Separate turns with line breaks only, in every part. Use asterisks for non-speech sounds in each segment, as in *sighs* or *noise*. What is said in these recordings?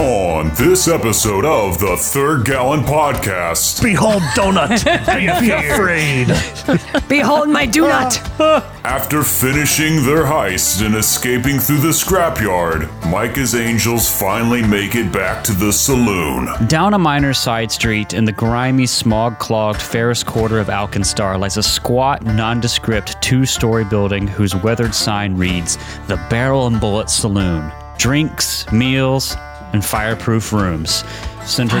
on this episode of the Third Gallon Podcast.
Behold Donut. *laughs* Be afraid.
Behold my do
*laughs*
not.
After finishing their heist and escaping through the scrapyard, Micah's angels finally make it back to the saloon.
Down a minor side street in the grimy, smog clogged Ferris quarter of Alkenstar lies a squat, nondescript two story building whose weathered sign reads The Barrel and Bullet Saloon. Drinks, meals, and fireproof rooms. Centered.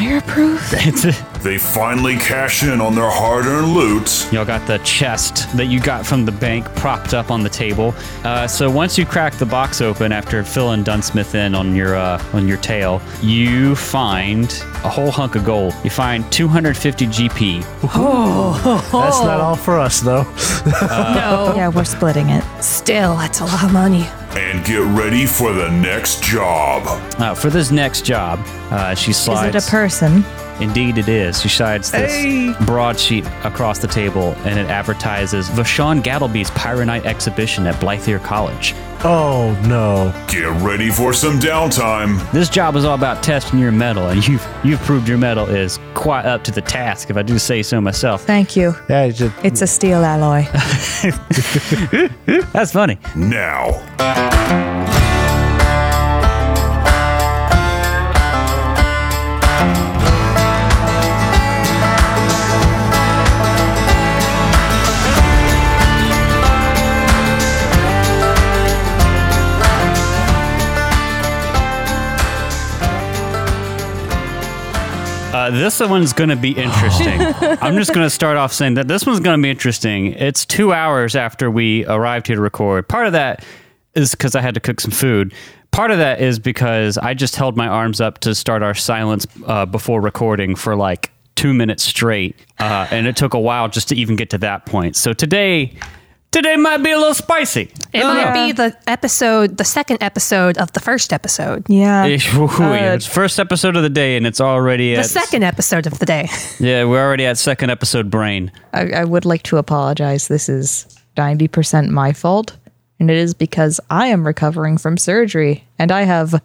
*laughs*
Fireproof?
It's-
They finally cash in on their hard earned loot.
Y'all got the chest that you got from the bank propped up on the table. Uh, so once you crack the box open after filling Dunsmith in on your uh, on your tail, you find a whole hunk of gold. You find 250 GP.
That's
Oh.
not all for us, though.
No.
Yeah, we're splitting it.
Still, that's a lot of money.
And get ready for the next job.
Uh, for this next job, uh, she
Is
slides.
it a person?
Indeed, it is. She slides this broadsheet across the table, and it advertises Vashon Gattleby's Pyronite exhibition at Blythier College.
Oh, no.
Get ready for some downtime.
This job is all about testing your metal, and you've you've proved your metal is quite up to the task, if I do say so myself.
Thank you.
Yeah, it's just,
It's a steel *laughs* alloy.
That's funny.
Now,
Uh, this one's going to be
*laughs*
interesting. I'm just going to start off saying that this one's going to be interesting. It's two hours after we arrived here to record. Part of that is because I had to cook some food. Part of that is because I just held my arms up to start our silence uh, before recording for like two minutes straight, uh, and it took a while just to even get to that point. So today, today might be a little spicy.
It might be the episode, the second episode of the first episode.
Yeah.
Ish, woo, it's first episode of the day, and it's already
Uh, The
at
second episode of the day. *laughs*
Yeah, we're already at second episode brain.
I, I would like to apologize. This is 90% my fault. And it is because I am recovering from surgery and I have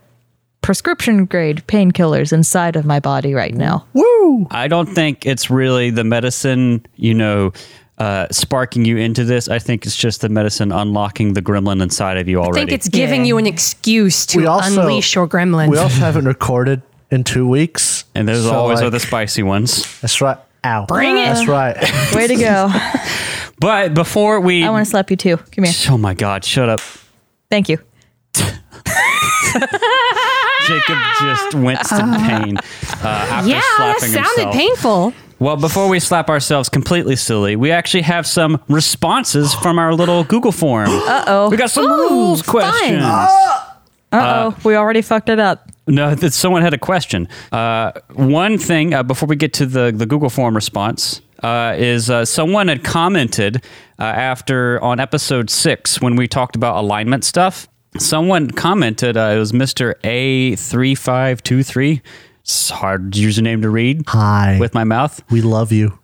prescription grade painkillers inside of my body right now.
I don't think it's really the medicine, you know, uh, sparking you into this. I think it's just the medicine unlocking the gremlin inside of you
I
already.
think it's giving you an excuse to
We also-
unleash your gremlin.
we also haven't recorded in two weeks.
and there's
so,
always
like,
other spicy ones.
That's right. Ow.
Bring it.
That's right.
Way to *laughs* go.
But before we,
I want to slap you too. Come here.
oh my God, shut up!
Thank you.
Jacob just went to pain uh, after
Ah! yeah, that
slapping himself.
sounded painful.
Well, before we slap ourselves completely silly, we actually have some responses from our little Google
*gasps*
form. Uh oh, we got some rules questions.
Uh oh. We already fucked it *laughs* up.
No, that someone had a question. Uh, one thing uh, before we get to the the Google form response uh, is uh, someone had commented uh, after on episode six when we talked about alignment stuff. Someone commented uh, it was Mister A three five two three. It's a hard username to read
Hi.
with my mouth.
we love you.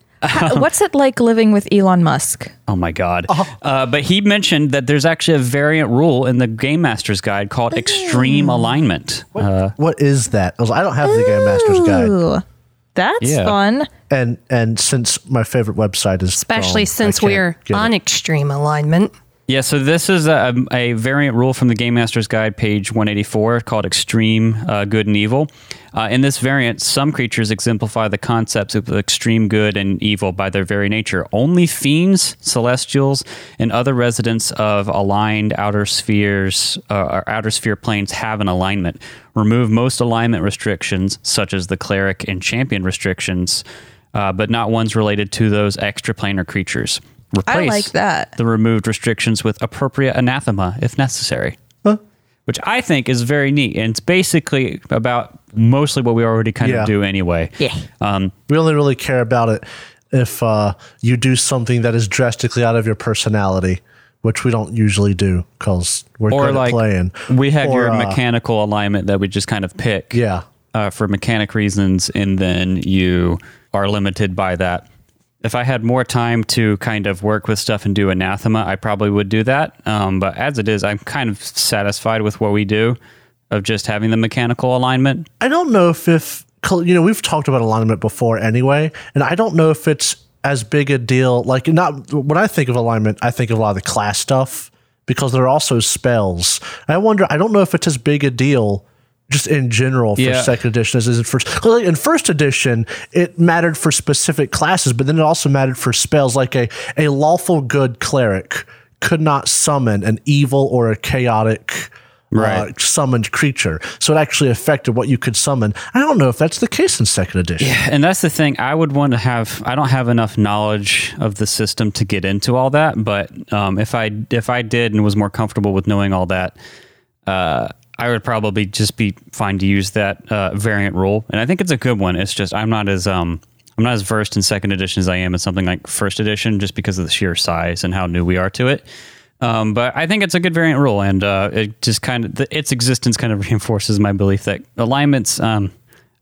What's it like living with Elon Musk?
Oh my god! Uh, but he mentioned that there's actually a variant rule in the Game Master's Guide called extreme alignment. Uh,
What is that? 'Cause I don't have the Game Master's Guide.
Ooh, that's
Yeah.
fun.
And and since my favorite website is gone, Oh,
Especially
I
since
can't
we're
get it.
on extreme alignment.
Yeah, so this is a, um, a variant rule from the Game Master's Guide, page 184, called Extreme uh, Good and Evil. Uh, in this variant, some creatures exemplify the concepts of extreme good and evil by their very nature. Only fiends, celestials, and other residents of aligned outer spheres uh, or outer sphere planes have an alignment. Remove most alignment restrictions, such as the cleric and champion restrictions, uh, but not ones related to those extraplanar creatures.
I
Replace-
like that.
the removed restrictions with appropriate anathema if necessary. Which I think is very neat. And it's basically about mostly what we already kind
Yeah.
of do anyway. Yeah. Um,
We only really care about it if uh, you do something that is drastically out of your personality, which we don't usually do because we're
or
good
like
at playing.
we have
Or,
your
uh,
mechanical alignment that we just kind of pick
Yeah.
uh, for mechanic reasons. And then you are limited by that. If I had more time to kind of work with stuff and do anathema, I probably would do that. Um, but as it is, I'm kind of satisfied with what we do. of just having the mechanical alignment.
I don't know if if you know we've talked about alignment before anyway, and I don't know if it's as big a deal. Like not when I think of alignment, I think of a lot of the class stuff because there are also spells. I wonder. I don't know if it's as big a deal just in general for
Yeah.
second edition as it is in first. Like in first edition, it mattered for specific classes, but then it also mattered for spells. Like a a lawful good cleric could not summon an evil or a chaotic uh,
Right.
summoned creature. So it actually affected what you could summon. I don't know if that's the case in second edition.
and that's the thing i would want to have i don't have enough knowledge of the system to get into all that but um, if i if i did and was more comfortable with knowing all that uh, i would probably just be fine to use that uh, variant rule and i think it's a good one it's just i'm not as um i'm not as versed in second edition as i am in something like first edition just because of the sheer size and how new we are to it um, but I think it's a good variant rule, and uh, it just kind of th- its existence kind of *laughs* reinforces my belief that alignments. Um,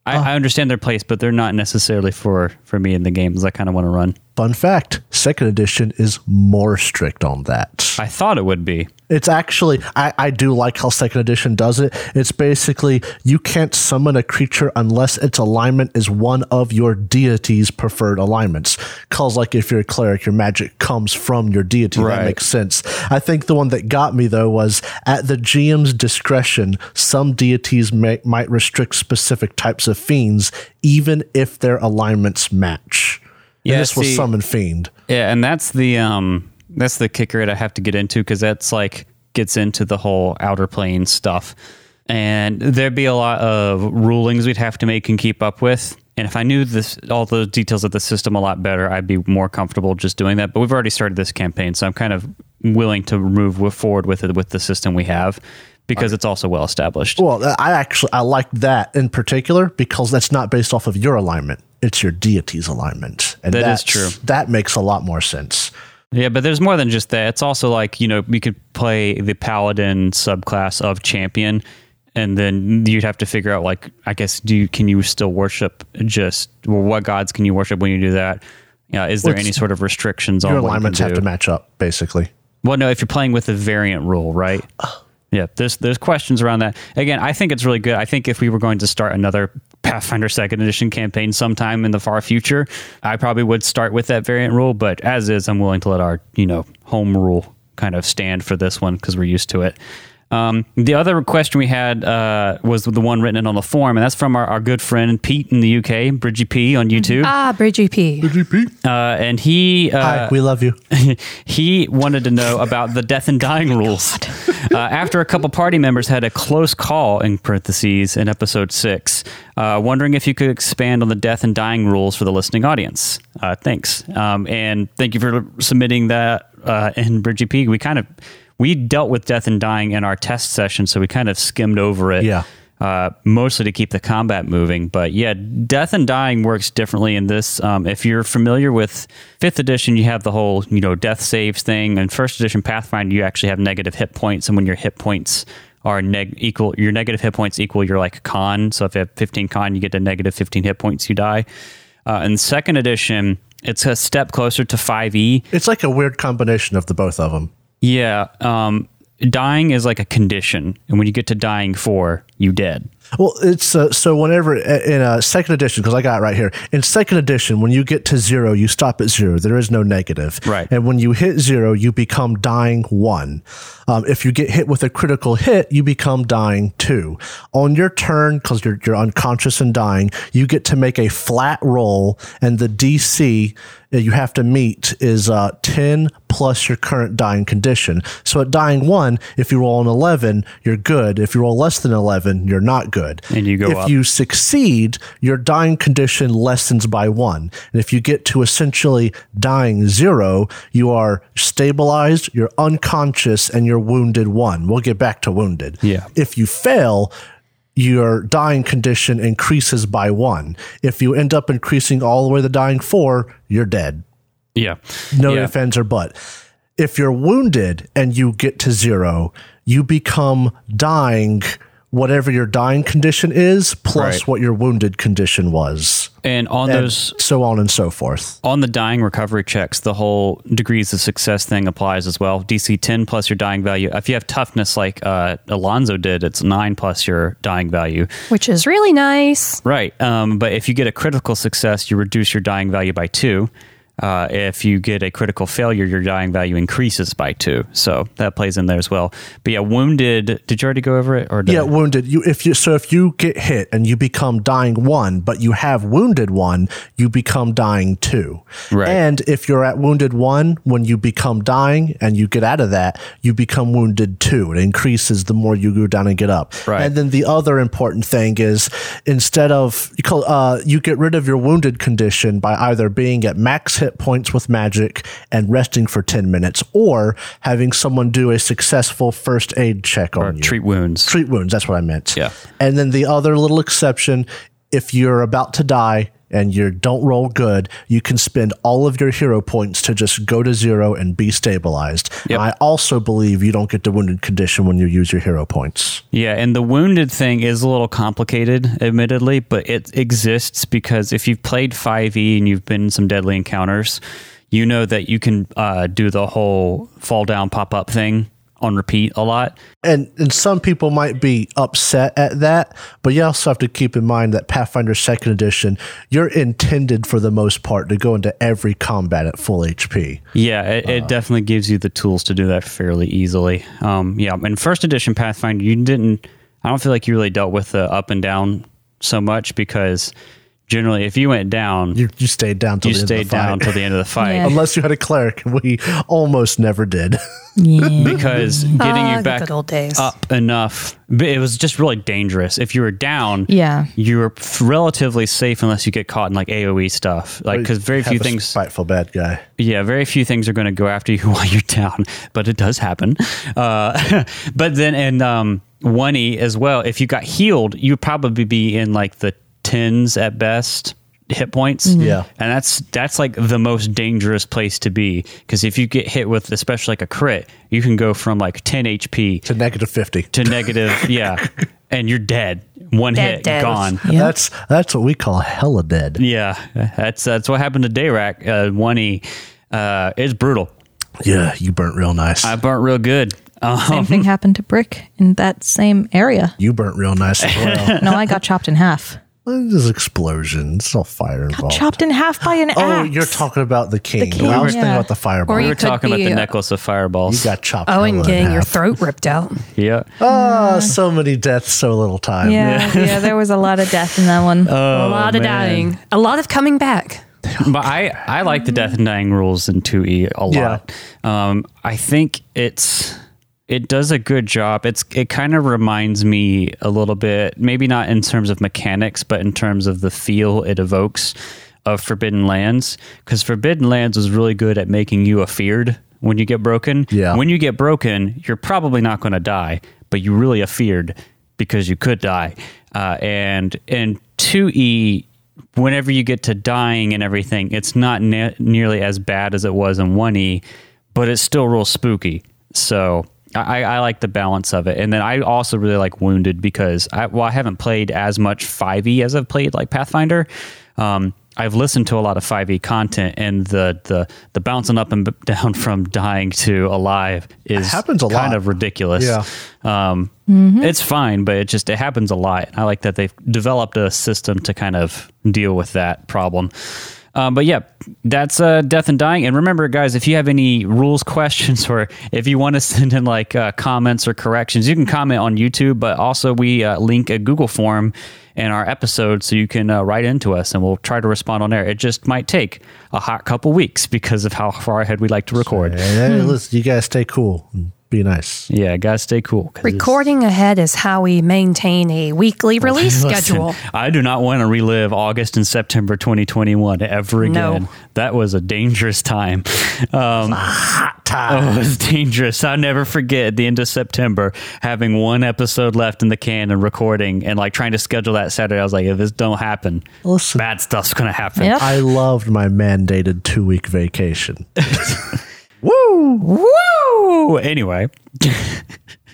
I, I understand their place, but they're not necessarily for for me in the games I kind of want to run.
Fun fact, second edition is more strict on that.
I thought it would be.
It's actually I, I do like how second edition does it. It's basically you can't summon a creature unless its alignment is one of your deity's preferred alignments. Cause like if you're a cleric, your magic comes from your deity.
Right.
That makes sense. I think the one that got me though was at the GM's discretion, some deities may, might restrict specific types of fiends, even if their alignments match. And
Yeah,
this was
see-
summon fiend.
Yeah, and that's the um that's the kicker that I have to get into because that's like gets into the whole outer plane stuff, and there'd be a lot of rulings we'd have to make and keep up with. And if I knew this all those details of the system a lot better, I'd be more comfortable just doing that. But we've already started this campaign, so I'm kind of willing to move wi- forward with it with the system we have because it's also well established.
Well, uh, I actually I like that in particular because that's not based off of your alignment; it's your deity's alignment, and
That
that's-
is true.
That makes a lot more sense.
Yeah, but there's more than just that. It's also like, you know, you could play the paladin subclass of champion and then you'd have to figure out like I guess do you, can you still worship just well, what gods can you worship when you do that? Yeah, is there
Well,
any
it's-
sort of restrictions
Your
on what you
alignments
can
have
do?
to match up, basically.
Well, no, if you're playing with the variant rule, right? Yeah, there's there's questions around that. Again, I think it's really good. I think if we were going to start another Pathfinder Second Edition campaign sometime in the far future, I probably would start with that variant rule. But as is, I'm willing to let our you know home rule kind of stand for this one because we're used to it. Um, the other question we had uh, was the one written in on the form, and that's from our, our good friend Pete in the UK, Bridgie P on YouTube,
Ah, Bridgie P.
uh, and he uh,
Hi, we
*laughs*
love you.
he wanted to know about the death and dying rules. *laughs* Uh, after a couple party members had a close call, in parentheses, in episode six, uh, wondering if you could expand on the death and dying rules for the listening audience. Uh, thanks. Um, and thank you for submitting that uh, in Bridgie P. We kind of we dealt with death and dying in our test session, so we kind of skimmed over it
Yeah.
uh, mostly to keep the combat moving. But yeah, death and dying works differently in this. Um, if you're familiar with fifth edition, you have the whole you know death saves thing, and first edition Pathfinder, you actually have negative hit points, and when your hit points are neg- equal, your negative hit points equal your like con. So if you have 15 con, you get to negative 15 hit points, you die. Uh, in second edition, it's a step closer to 5e,
It's like a weird combination of the both of them.
yeah, um, dying is like a condition, and when you get to dying four, you dead.
Well, it's uh, so whenever in uh, second edition, because I got it right here. In second edition, when you get to zero, you stop at zero. There is no negative.
Right.
And when you hit zero, you become dying one. Um, if you get hit with a critical hit, you become dying two. On your turn, because you're, you're unconscious and dying, you get to make a flat roll, and the DC that you have to meet is uh, 10 plus your current dying condition. So at dying one, if you roll an 11, you're good. If you roll less than 11, you're not good.
And you go
if
up.
you succeed, your dying condition lessens by one. And if you get to essentially dying zero, you are stabilized, you're unconscious, and you're wounded one. We'll get back to wounded.
Yeah.
If you fail, your dying condition increases by one. If you end up increasing all the way to dying four, you're dead.
Yeah.
No
yeah.
offense ifs, ands, or but. If you're wounded and you get to zero, you become dying whatever your dying condition is plus
Right.
what your wounded condition was.
And on
and
those
so on and so forth.
on the dying recovery checks, the whole degrees of success thing applies as well. DC 10 plus your dying value. If you have toughness like uh, Alonzo did, it's 9 plus your dying value.
which is really nice.
Right. Um, but if you get a critical success, you reduce your dying value by 2. Uh, if you get a critical failure, your dying value increases by 2. So that plays in there as well. But yeah, wounded, did you already go over it? Or did
Yeah,
I-
wounded. You if you so if you get hit and you become dying one, but you have wounded one, you become dying two.
Right.
And if you're at wounded one, when you become dying and you get out of that, you become wounded two. It increases the more you go down and get up.
Right.
And then the other important thing is instead of you call- uh, you get rid of your wounded condition by either being at max hit points with magic and resting for ten minutes, or having someone do a successful first aid check on you
treat wounds.
treat wounds. That's what I meant.
Yeah.
And then the other little exception, if you're about to die and you don't roll good, you can spend all of your hero points to just go to zero and be stabilized.
Yep.
And I also believe you don't get the wounded condition when you use your hero points.
Yeah, and the wounded thing is a little complicated, admittedly, but it exists because if you've played 5e and you've been in some deadly encounters, you know that you can uh, do the whole fall down, pop up thing on repeat a lot.
And and some people might be upset at that, but you also have to keep in mind that Pathfinder Second Edition, you're intended for the most part to go into every combat at full HP.
Yeah, it,
Uh.
it definitely gives you the tools to do that fairly easily. Um, yeah, in first edition Pathfinder, you didn't. I don't feel like you really dealt with the up and down so much because generally, if you went down, you,
You you stayed down till the end
stayed
of the fight.
down till the end of the
*laughs*
fight.
Yeah.
unless you had a cleric. We almost never did.
because getting
*laughs* Ah,
you
the
back
good old days.
up enough, but it was just really dangerous. If you were down,
Yeah.
you were f- relatively safe unless you get caught in like AOE stuff, like because
*laughs*
very
Have
few
a
things,
Spiteful bad guy.
yeah, very few things are going to go after you *laughs* while you're down, but it does happen. Uh, *laughs* but then in um, one E as well, if you got healed, you'd probably be in like the tens at best hit points
Mm-hmm.
Yeah.
and that's that's like the most dangerous place to be because if you get hit with especially like a crit you can go from like 10 hp
To negative fifty.
to negative. *laughs* yeah, and you're dead. One
Dead,
hit,
dead.
gone.
That's that's what we call hella dead.
Yeah, that's that's what happened to Dayrac. Uh, One E, uh, it's brutal.
Yeah, you burnt real nice.
I burnt real good.
Uh-huh.
Same thing
Mm-hmm.
happened to Brick in that same area.
you burnt real nice as
*laughs*
well.
No, I got chopped
*laughs*
in half.
There's explosions. It's all fire involved.
Chopped in half by an
oh,
axe.
you're talking about the king.
king,
I was
yeah.
thinking about the fireball.
Or
We
you
were
could
talking about
be,
the
uh,
necklace of
you
fireballs.
got chopped.
Oh, and
hella in
getting your
half.
throat ripped out.
*laughs*
*laughs*
yeah.
Ah, so many deaths, so little time.
Yeah, yeah, there was a lot of death in
*laughs*
that one.
Uh,
a lot of
man.
dying. A lot of coming back.
but I, I like the death and dying rules in 2e a lot. Um, I think it's it does a good job. It's it kind of reminds me a little bit, maybe not in terms of mechanics, but in terms of the feel it evokes of Forbidden Lands cuz Forbidden Lands was really good at making you afeared when you get broken.
Yeah.
When you get broken, you're probably not going to die, but you really afeared because you could die. Uh, and and 2e whenever you get to dying and everything, it's not ne- nearly as bad as it was in 1E, but it's still real spooky. So I, I like the balance of it. And then I also really like Wounded because I, well, I haven't played as much 5E as I've played like Pathfinder. Um, I've listened to a lot of 5e content, and the, the, the bouncing up and b- *laughs* down from dying to alive is
happens a
kind
lot.
of ridiculous.
Yeah.
Um, It's fine, but it just it happens a lot. I like that they've developed a system to kind of deal with that problem. Um, but yeah, that's uh, death and dying. And remember, guys, if you have any rules *laughs* questions or if you want to send in like uh, comments or corrections, you can comment on YouTube. But also, we uh, link a Google form in our episode so you can uh, write into us and we'll try to respond on there. It just might take a hot couple weeks because of how far ahead we like to record.
Hey,
Hmm.
listen, you guys stay cool. and Be nice.
Yeah, guys, stay cool. 'cause it's-
Recording ahead is how we maintain a weekly release schedule.
Listen, *laughs* I do not want to relive August and September 2021 ever
No.
again. That was a dangerous time. Um, Oh, it was dangerous. I'll never forget at the end of September having one episode left in the can and recording and like trying to schedule that Saturday. I was like, if this don't happen,
Listen.
bad stuff's going to happen.
Yep.
I loved my mandated two week vacation.
Woo! Anyway, *laughs*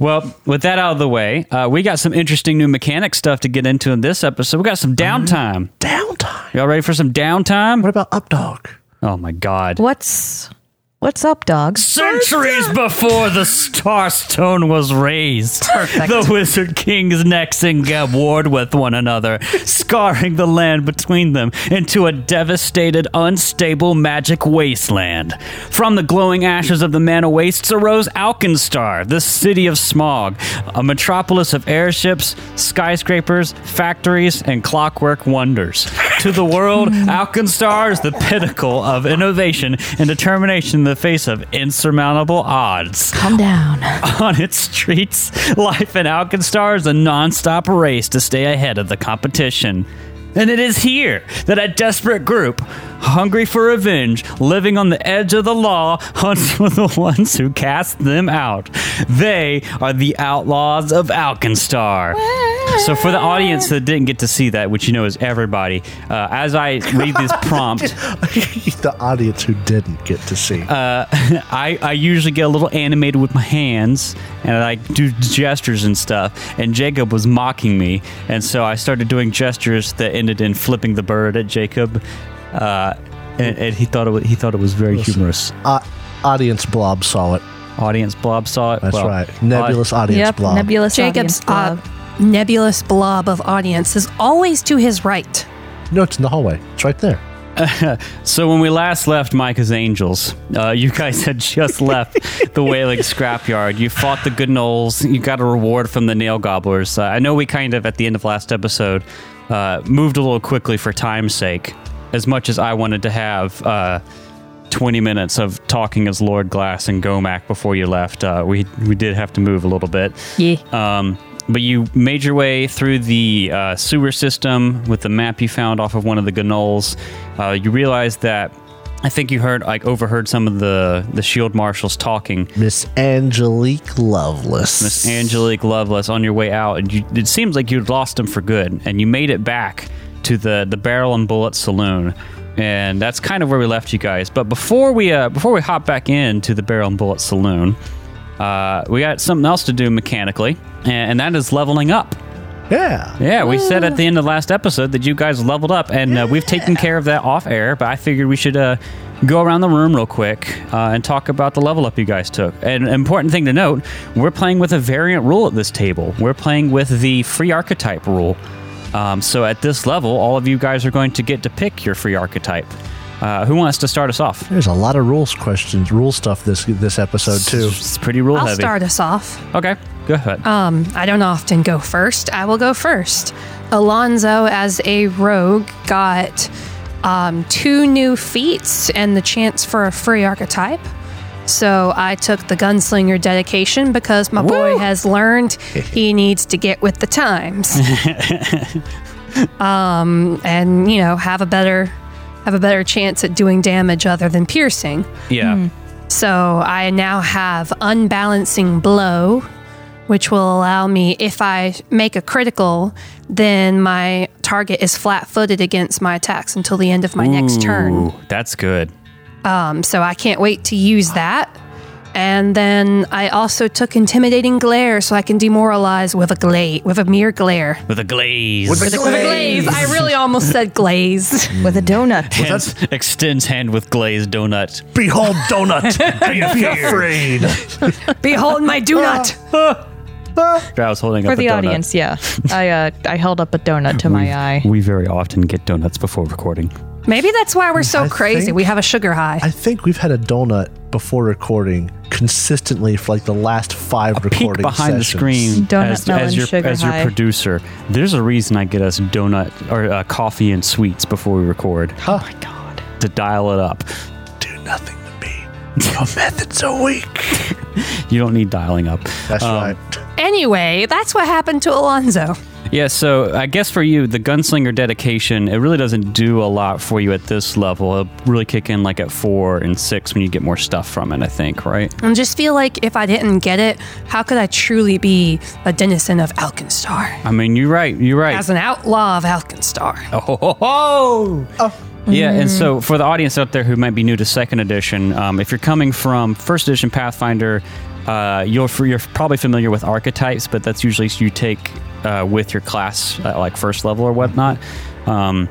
Well, with that out of the way, uh, we got some interesting new mechanic stuff to get into in this episode. We got some downtime.
Mm-hmm. Downtime.
Y'all ready for some downtime?
What about Updog?
Oh my God.
What's what's up, dogs?
Centuries before the star stone was raised,
Perfect.
the wizard king's necks got warred with one another, scarring the land between them into a devastated, unstable magic wasteland. From the glowing ashes of the mana wastes arose Alkenstar, the city of smog, a metropolis of airships, skyscrapers, factories, and clockwork wonders. To the world, Alkenstar is the pinnacle of innovation and determination in the face of insurmountable odds
Calm down.
*laughs* on its streets. Life in Alkenstar is a nonstop race to stay ahead of the competition. And it is here that a desperate group, hungry for revenge, living on the edge of the law, *laughs* hunts for the ones who cast them out. They are the outlaws of Alkenstar. So, for the audience that didn't get to see that, which you know is everybody, uh, as I read this
*laughs*
prompt,
the audience who didn't get to see.
Uh, *laughs* I, I usually get a little animated with my hands and I like, do gestures and stuff. And Jacob was mocking me, and so I started doing gestures that ended in flipping the bird at Jacob, uh, and, and he thought it was, he thought it was very humorous.
Uh, audience blob saw it.
Audience blob saw it.
That's
Well,
right. Nebulous
uh,
audience
Yep,
blob.
nebulous audience
Jacob's uh,
blob.
nebulous blob of audience is always to his right.
no, it's in the hallway. It's right there.
so when we last left Micah's Angels, uh, you guys had just left the Wailing Scrapyard. You fought the Good Knolls. You got a reward from the Nail Gobblers. Uh, I know we kind of at the end of last episode uh, moved a little quickly for time's sake, as much as I wanted to have. Uh, 20 minutes of talking as Lord Glass and Gomac before you left. Uh, we we did have to move a little bit.
Yeah.
Um, but you made your way through the uh, sewer system with the map you found off of one of the gnolls. Uh, you realized that I think you heard like overheard some of the the shield marshals talking.
Miss Angelique Lovelace.
Miss Angelique Lovelace on your way out, and you, it seems like you lost him for good, and you made it back to the the Barrel and Bullet Saloon, and that's kind of where we left you guys. But before we uh, before we hop back into the Barrel and Bullet Saloon, uh, we got something else to do mechanically, and, and that is leveling up.
Yeah.
Yeah, we said at the end of last episode that you guys leveled up, and uh, we've taken care of that off air. But I figured we should uh, go around the room real quick uh, and talk about the level up you guys took. And an important thing to note: we're playing with a variant rule at this table. We're playing with the free archetype rule. Um, so at this level, all of you guys are going to get to pick your free archetype. Uh, who wants to start us off?
There's a lot of rules questions, rule stuff this this episode too.
It's pretty rule
I'll
heavy.
start us off.
Okay, go ahead.
Um, I don't often go first. I will go first. Alonzo, as a rogue, got um, two new feats and the chance for a free archetype. So I took the gunslinger dedication because my boy has learned he needs to get with the times. um, and you know, have a better have a better chance at doing damage other than piercing.
yeah.
hmm, So I now have unbalancing blow, which will allow me, if I make a critical, then my target is flat footed against my attacks until the end of my next turn.
Ooh, that's good.
Um, so I can't wait to use that. And then I also took intimidating glare, so I can demoralize with a glare, with a mere glare.
With a glaze. With
With a glaze. I really almost said glaze.
with a
Mm. *laughs*
donut.
extends hand with glazed donut.
Behold, donut. Be afraid.
Behold my do not.
I was holding
For
up a
the
donut.
*laughs*
audience, yeah. I uh, I held up a donut to my eye.
We very often get donuts before recording.
Maybe that's why we're so
I
crazy.
think-
we have a sugar high.
I think we've had a donut before recording consistently for like the last five recording
Peek behind the
sessions.
screen
Donut
as,
melon
as your
sugar
as your
high.
producer. There's a reason I get us donut or uh, coffee and sweets before we record
Oh my god.
to dial it up.
Do nothing to me. Your methods are weak.
*laughs* You don't need dialing up.
That's
Um,
right.
Anyway, that's what happened to Alonzo.
Yeah, so I guess for you, the gunslinger dedication, it really doesn't do a lot for you at this level. It'll really kick in like at four and six when you get more stuff from it, I think, right?
And just feel like if I didn't get it, how could I truly be a denizen of Alkenstar?
I mean, you're right. You're right.
As an outlaw of Alkenstar.
*laughs* Oh, ho, ho, ho. Yeah, and so for the audience out there who might be new to second edition, um, if you're coming from first edition Pathfinder, Uh, you're f- you're probably familiar with archetypes, but that's usually you take uh, with your class, uh, like first level or whatnot. Um,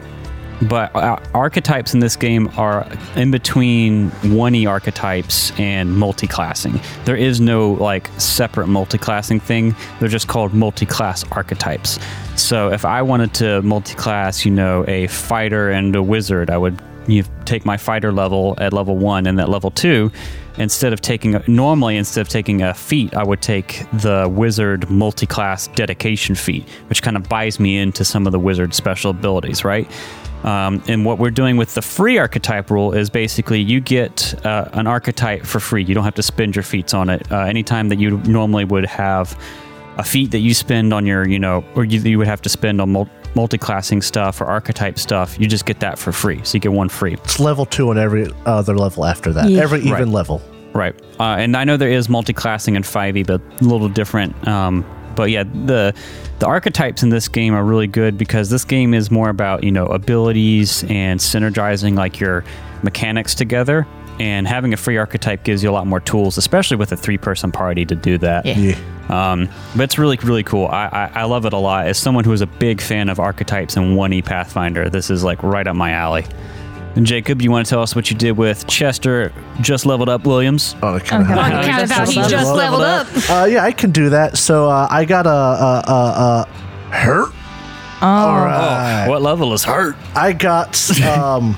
but uh, archetypes in this game are in between 1e archetypes and multi-classing there is no like separate multi-classing thing they're just called multi-class archetypes so if i wanted to multi-class you know a fighter and a wizard i would you know, take my fighter level at level 1 and at level 2 instead of taking normally instead of taking a feat i would take the wizard multi-class dedication feat which kind of buys me into some of the wizard special abilities right um, and what we're doing with the free archetype rule is basically you get uh, an archetype for free. You don't have to spend your feats on it. Uh, anytime that you normally would have a feat that you spend on your, you know, or you, you would have to spend on mul- multi-classing stuff or archetype stuff, you just get that for free. So you get one free.
It's level two and every other level after that.
Yeah.
Every even
Right.
level.
Right. Uh, and I know there is multi-classing in 5e, but a little different. Um, but yeah, the the archetypes in this game are really good because this game is more about, you know, abilities and synergizing like your mechanics together. And having a free archetype gives you a lot more tools, especially with a three-person party to do that.
Yeah.
Yeah.
Um, but it's really, really cool. I, I, I love it a lot. As someone who is a big fan of archetypes and 1E Pathfinder, this is like right up my alley. And Jacob, you want to tell us what you did with Chester, just leveled up Williams?
Oh, it kinda
Okay.
happened.
Oh,
On
he
account of
just
how he
leveled
just
up.
leveled up.
Uh, yeah, I can do that. So uh, I got a, a, a, a hurt. All right.
What level is hurt?
I got um,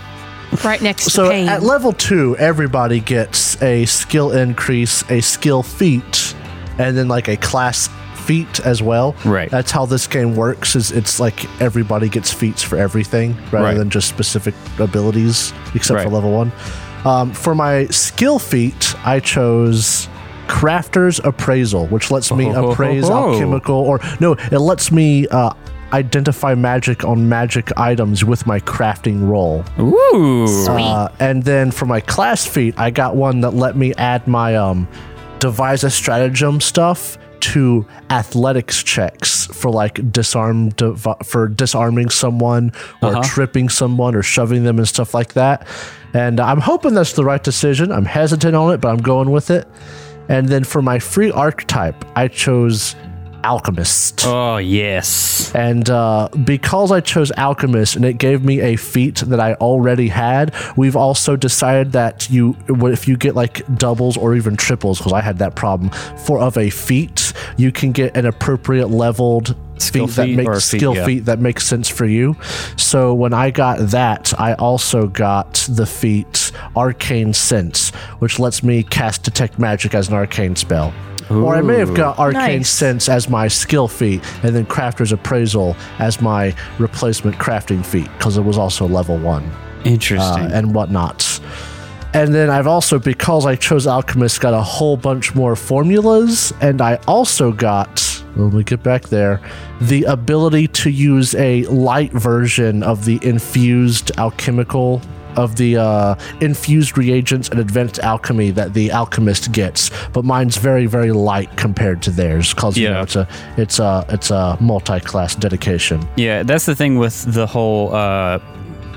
Right next to
so
pain.
at level two, everybody gets a skill increase, a skill feat, and then like a class feat as well.
Right.
That's how this game works. Is it's like everybody gets feats for everything rather
Right.
than just specific abilities, except for
Right.
level one. Um, for my skill feat, I chose Crafter's Appraisal, which lets me
Oh.
appraise alchemical or no, it lets me. Uh, Identify magic on magic items with my crafting roll.
Ooh.
Uh, and then for my class feat, I got one that let me add my um, devise a stratagem stuff to athletics checks for like disarm devi- for disarming someone or tripping someone or shoving them and stuff like that. And I'm hoping that's the right decision. I'm hesitant on it, but I'm going with it. And then for my free archetype, I chose alchemist.
Oh, yes.
And uh, because I chose Alchemist and it gave me a feat that I already had, we've also decided that you, if you get like doubles or even triples, because I had that problem for of a feat, you can get an appropriate leveled
Skill
feat that
feat or
makes
a feat,
skill
yeah.
feat that makes sense for you. So when I got that, I also got the feat Arcane Sense, which lets me cast Detect Magic as an arcane spell. Or I may have got Arcane
Nice.
Sense as my skill feat, and then Crafter's Appraisal as my replacement crafting feat, because it was also level one
Interesting.
uh, and whatnot. And then I've also, because I chose Alchemist, got a whole bunch more formulas, and I also got, let me get back there, the ability to use a light version of the infused alchemical. Of the uh, infused reagents and advanced alchemy that the alchemist gets, but mine's very, very light compared to theirs because you
Yeah.
know it's a it's a it's a multi-class dedication.
yeah, that's the thing with the whole, uh,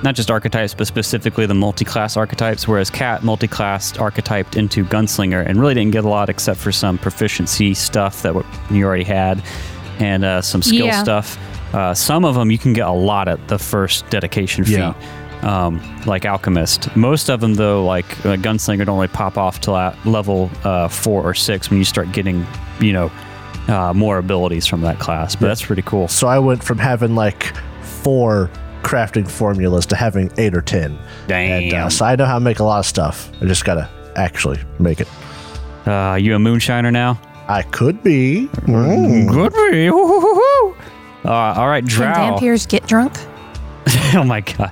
not just archetypes, but specifically the multi class archetypes, whereas Cat multi classed archetyped into Gunslinger and really didn't get a lot except for some proficiency stuff that were- you already had and uh, some skill
Yeah.
stuff. Uh, some of them you can get a lot at the first dedication feat.
Yeah.
um, like Alchemist. Most of them, though, like uh, Gunslinger, don't really pop off till at level uh, four or six when you start getting, you know, uh, more abilities from that class. But that's pretty cool.
So I went from having like four crafting formulas to having eight or ten. And, uh,
Damn.
so I know how to make a lot of stuff. I just gotta actually make it.
Uh, you a moonshiner now?
I could be. Mm. Hmm.
Good for you. Uh, all right,
Can
Drow.
vampires get drunk?
*laughs* oh my god.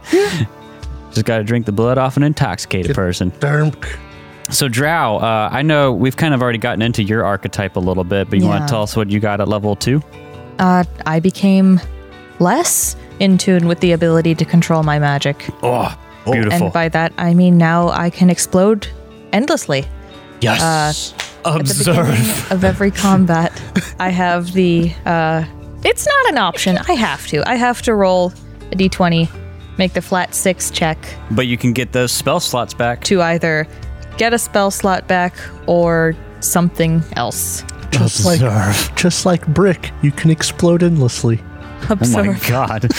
Just got to drink the blood off an intoxicated person.
Dermk.
So, Drow, uh, I know we've kind of already gotten into your archetype a little bit, but you want
Yeah.
to tell us what you got at level two?
Uh, I became less in tune with the ability to control my magic.
Oh, beautiful.
And by that, I mean now I can explode endlessly. Uh,
yes.
At the
Observe.
beginning of every
*laughs*
combat, I have the. Uh, it's not an option. I have to. I have to roll a d20, make the flat six check
But you can get those spell slots back.
to either get a spell slot back or something else.
Oh
Just like, just like brick, you can explode endlessly.
Oh
Absorb.
my *laughs*
*laughs*
god.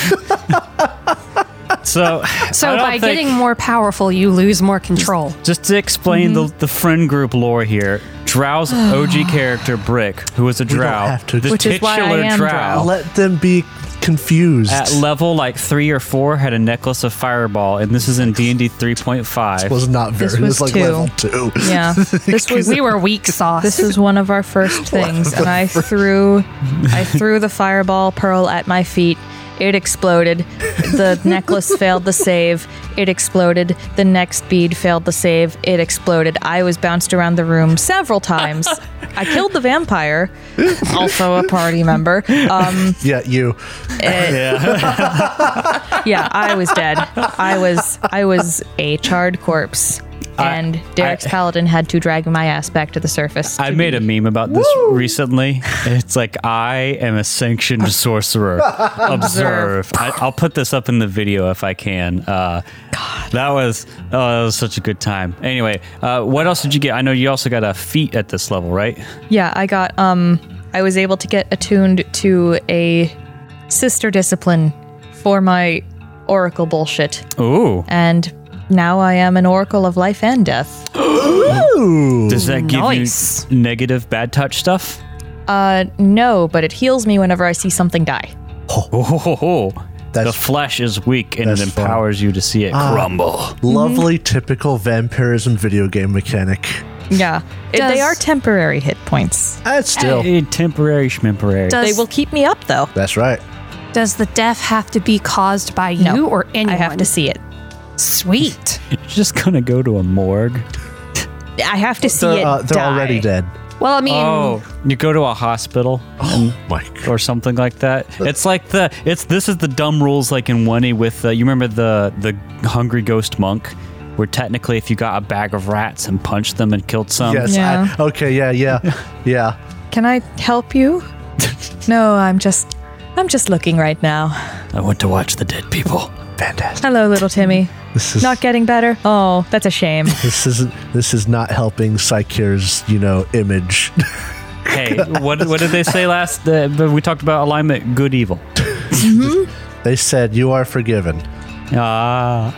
so
So
I don't
by
think-
getting more powerful, you lose more control.
Just to explain
Mm-hmm.
the, the friend group lore here, Drow's
*sighs*
OG character Brick, who is a
don't
Drow,
have to-
the
Which
is why I
titular
am Drow.
Let them be confused.
at level like three or four had a necklace of fireball, and this is in D and D three point five.
was not very.
This
It was
was
like
two.
level two.
*laughs*
Yeah. This was
We were weak sauce.
this is one of our first things and I threw
*laughs*
I threw the fireball pearl at my feet. It exploded.
*laughs*
The necklace failed the save. It exploded. The next bead failed the save. It exploded. I was bounced around the room several times. I killed the
*laughs*
vampire, also a party member. Um,
Yeah, you.
yeah, I was dead. I was I was a charred corpse, and Derek's
I-
paladin had to drag my ass back to the surface.
I made a meme about this recently. It's like I am a sanctioned sorcerer. Observe. I, I'll put this up in the video if I can. Uh, that was oh, that was such a good time. Anyway, uh, what else did you get? I know you also got a feat at this level, right?
Yeah, I got um I was able to get attuned to a sister discipline for my oracle bullshit.
Oh.
Ooh,
And now I am an oracle of life and death.
does that give
nice.
you negative bad touch stuff? *laughs*
Uh no, but it heals me whenever I see something die.
Oh, ho, ho, ho. the
That's-
flesh is weak, and it
that's fun.
empowers you to see it crumble.
Lovely, typical vampirism video game mechanic.
Yeah. It-
Does-
they are temporary hit points.
That's still.
Eh, temporary, schmemporary.
does,
They will keep me up though.
That's right.
does the death have to be caused by you
No,
or anyone?
I have to see it.
Sweet.
You're just gonna go to a morgue.
I have to see
They're,
it.
uh, they're
die.
already dead.
Well, I mean,
Oh, you go to a hospital
Oh My God.
or something like that. It's like the it's this is the dumb rules like in one with uh, you remember the the hungry ghost monk where technically if you got a bag of rats and punched them and killed some
Yes.
Yeah.
I, okay. Yeah.
*laughs*
Yeah. Yeah.
Can I help
*laughs*
you? no, I'm just I'm just looking right now.
I went to watch the dead people.
Fantastic.
Hello little Timmy.
This is
Not getting better. Oh, that's a shame.
this isn't this is not helping Psyche's you know image. *laughs*
Hey, what what did they say last uh, we talked about alignment good evil.
they said you are forgiven.
Ah.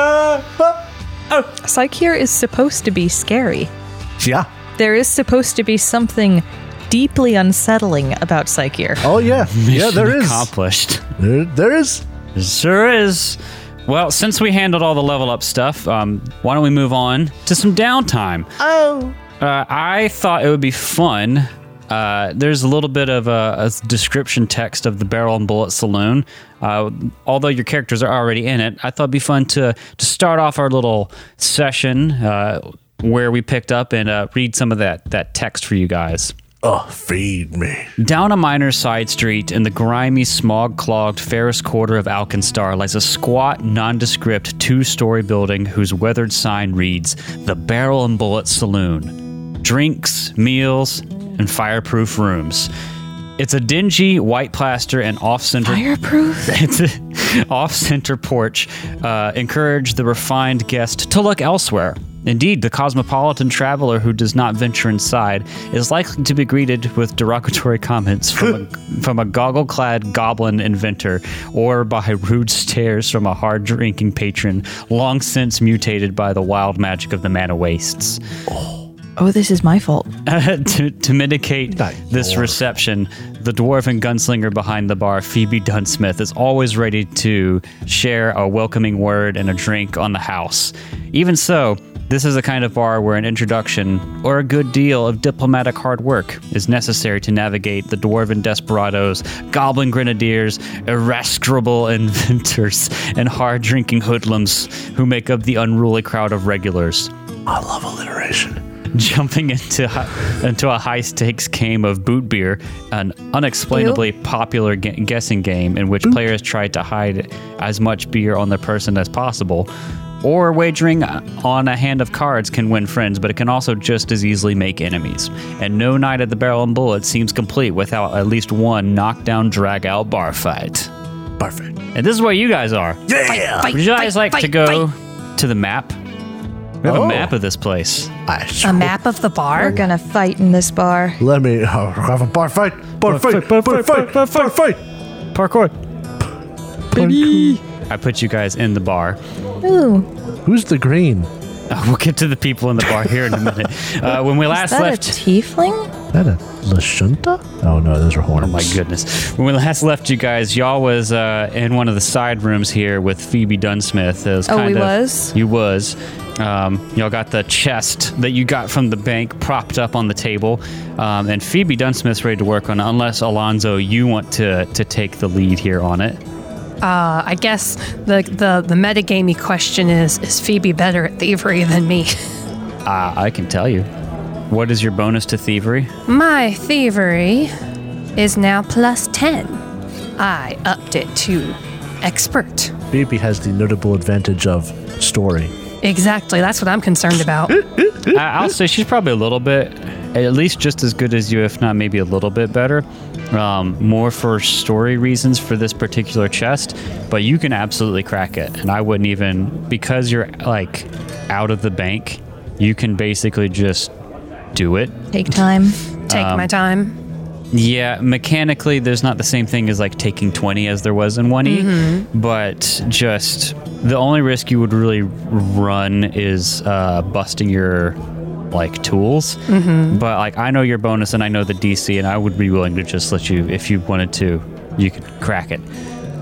ah.
Psyche here is supposed to be scary.
Yeah.
There is supposed to be something deeply unsettling about Psyche. here.
Oh yeah. yeah. There
Mission
is.
accomplished.
There, there is.
Sure is. Well, since we handled all the level up stuff, um, why don't we move on to some downtime? Oh. Uh, I thought it would be fun. Uh, there's a little bit of a, a description text of the Barrel and Bullet Saloon. Uh, although your characters are already in it, I thought it'd be fun to, to start off our little session uh, where we picked up and uh, read some of that, that text for you guys.
Oh, feed me.
Down a minor side street in the grimy, smog clogged Ferris quarter of Alkenstar lies a squat, nondescript two story building whose weathered sign reads The Barrel and Bullet Saloon. Drinks, meals, and fireproof rooms. It's a dingy, white plaster, and off center
Fireproof?
its *laughs* off-center porch uh, encourage the refined guest to look elsewhere. Indeed, the cosmopolitan traveler who does not venture inside is likely to be greeted with derogatory comments from a, from a goggle-clad goblin inventor or by rude stares from a hard-drinking patron long since mutated by the wild magic of the mana wastes.
Oh, this is my fault.
*laughs* to, to mitigate
That
this
dwarf.
reception, the dwarf and gunslinger behind the bar, Phoebe Dunsmith, is always ready to share a welcoming word and a drink on the house. Even so, this is a kind of bar where an introduction or a good deal of diplomatic hard work is necessary to navigate the dwarven desperados, goblin grenadiers, irascible inventors, and hard drinking hoodlums who make up the unruly crowd of regulars
I love alliteration.
*laughs* jumping into hi- into a high stakes game of boot beer, an unexplainably popular gu- guessing game in which players try to hide as much beer on the person as possible. Or wagering on a hand of cards can win friends, but it can also just as easily make enemies. And no night at the Barrel and Bullet seems complete without at least one knockdown, drag out bar fight.
Perfect.
And this is where you guys are.
fight, fight,
Would you guys
fight,
like to
fight,
go
fight.
to the map? We have
Oh.
a map of this place.
gosh.
A map of the
We're
bar?
gonna fight in this bar.
Let me uh, have a bar fight. Bar, fight. Bar, fight. Bar, fight.
Parkour.
Baby.
I put you guys in the bar.
Ooh,
Who's the green?
Uh, *laughs* we'll get to the people in the bar here in a
*laughs*
minute. Uh, when we
is
last
that
left,
a tiefling?
That a Lashunta? Oh no, those are horns.
Oh my goodness. When we last left you guys, y'all was uh, in one of the side rooms here with Phoebe Dunsmith. It was
Oh, we
kind of-
was?
You was. Um, y'all got the chest that you got from the bank propped up on the table. Um, and Phoebe Dunsmith's ready to work on it, unless, Alonzo, you want to, to take the lead here on it.
Uh, I guess the, the, the metagamey question is Is Phoebe better at thievery than me? *laughs*
Uh, I can tell you. What is your bonus to thievery?
My thievery is now plus 10. I upped it to expert.
Phoebe has the notable advantage of story.
Exactly. That's what I'm concerned about.
I- I'll say Uh, she's probably a little bit, at least just as good as you, if not maybe a little bit better. Um, more for story reasons for this particular chest, but you can absolutely crack it. And I wouldn't even, because you're like out of the bank, you can basically just do it.
Take time.
Take my time.
Yeah, mechanically, there's not the same thing as like taking 20 as there was in 1E, but just the only risk you would really run is uh, busting your like tools. But like, I know your bonus and I know the DC, and I would be willing to just let you, if you wanted to, you could crack it.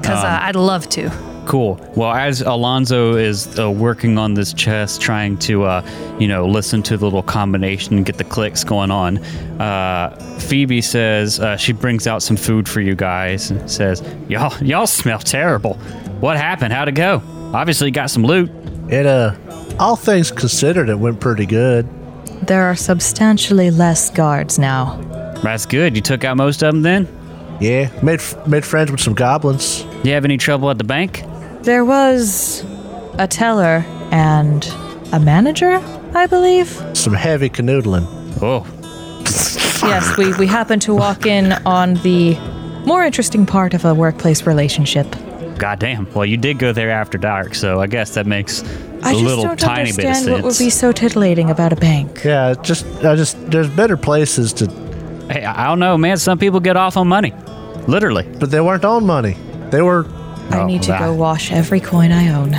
Because uh, I'd love to.
Cool. Well, as Alonzo is uh, working on this chest, trying to, uh, you know, listen to the little combination and get the clicks going on, uh, Phoebe says uh, she brings out some food for you guys and says, "Y'all, y'all smell terrible. What happened? How'd it go? Obviously, you got some loot.
It uh, all things considered, it went pretty good.
There are substantially less guards now.
That's good. You took out most of them. Then,
Yeah, made f- made friends with some goblins.
you have any trouble at the bank?
There was a teller and a manager, I believe.
Some heavy canoodling.
Oh,
Yes, we, we happened to walk in on the more interesting part of a workplace relationship.
goddamn. Well, you did go there after dark, so I guess that makes
I
a
just
little
don't
tiny bit of
understand what
sense.
would be so titillating about a bank.
Yeah, it just I just there's better places to,
Hey, I I don't know, man. Some people get off on money, literally.
but they weren't on money. They were.
I
Oh,
need to
that.
go wash every coin I own.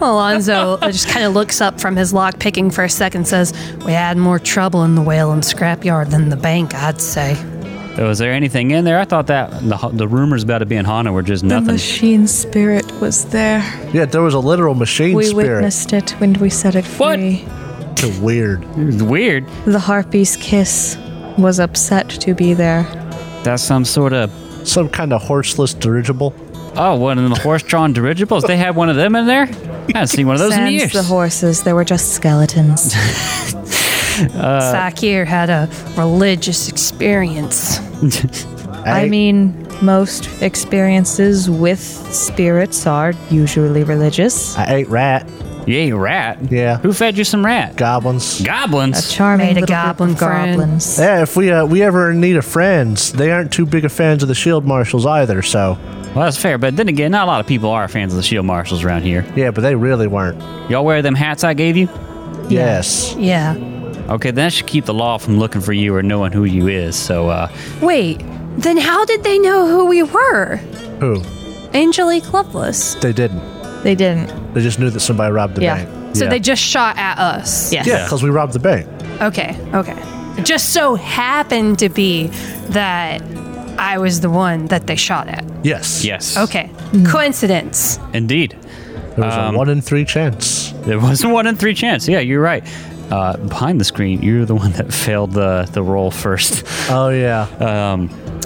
Alonzo *laughs* just kind of looks up from his lock picking for a second says, We had more trouble in the whale and scrapyard than the bank, I'd say.
Was Oh, there anything in there? I thought that the, the rumors about it being haunted were just
The
nothing.
machine spirit was there.
Yeah, there was a literal machine
we
spirit.
witnessed it when we set it
What?
free.
It's weird.
It's Weird.
The harpy's kiss was upset to be there.
That's some sort of
Some kind of horseless dirigible.
oh, one of the horse-drawn dirigibles. They had one of them in there. I haven't seen one of those in
Sans
years.
the horses, there were just skeletons.
Sakir had a religious experience.
I
Hey,
mean, most experiences with spirits are usually religious.
I ate rat
*laughs* you ate rat.
Yeah.
Who fed you some rat?
goblins.
A
Goblins.
charming
Made a
little group
goblin
of
friend.
goblins.
Yeah, if we uh, we ever in need of friends, they aren't too big of fans of the shield marshals either. So
Well, that's fair. But then again, not a lot of people are fans of the shield marshals around here.
yeah, but they really weren't.
Y'all wear them hats I gave you?
Yes,
Yeah.
Okay, that should keep the law from looking for you or knowing who you is. So, uh,
Wait, then how did they know who we were?
who
Angelique Loveless.
they didn't.
They didn't.
They just knew that somebody robbed the
Yeah.
bank.
So
Yeah.
they just shot at us.
Yes.
Yeah, because we robbed the bank.
Okay, okay. It just so happened to be that I was the one that they shot at.
Yes.
yes.
Okay.
Mm.
Coincidence.
Indeed.
It was a one in three chance.
There was a one in three chance. Yeah, you're right. Uh, behind the screen, you're the *laughs* one that failed the, the roll first.
Oh yeah.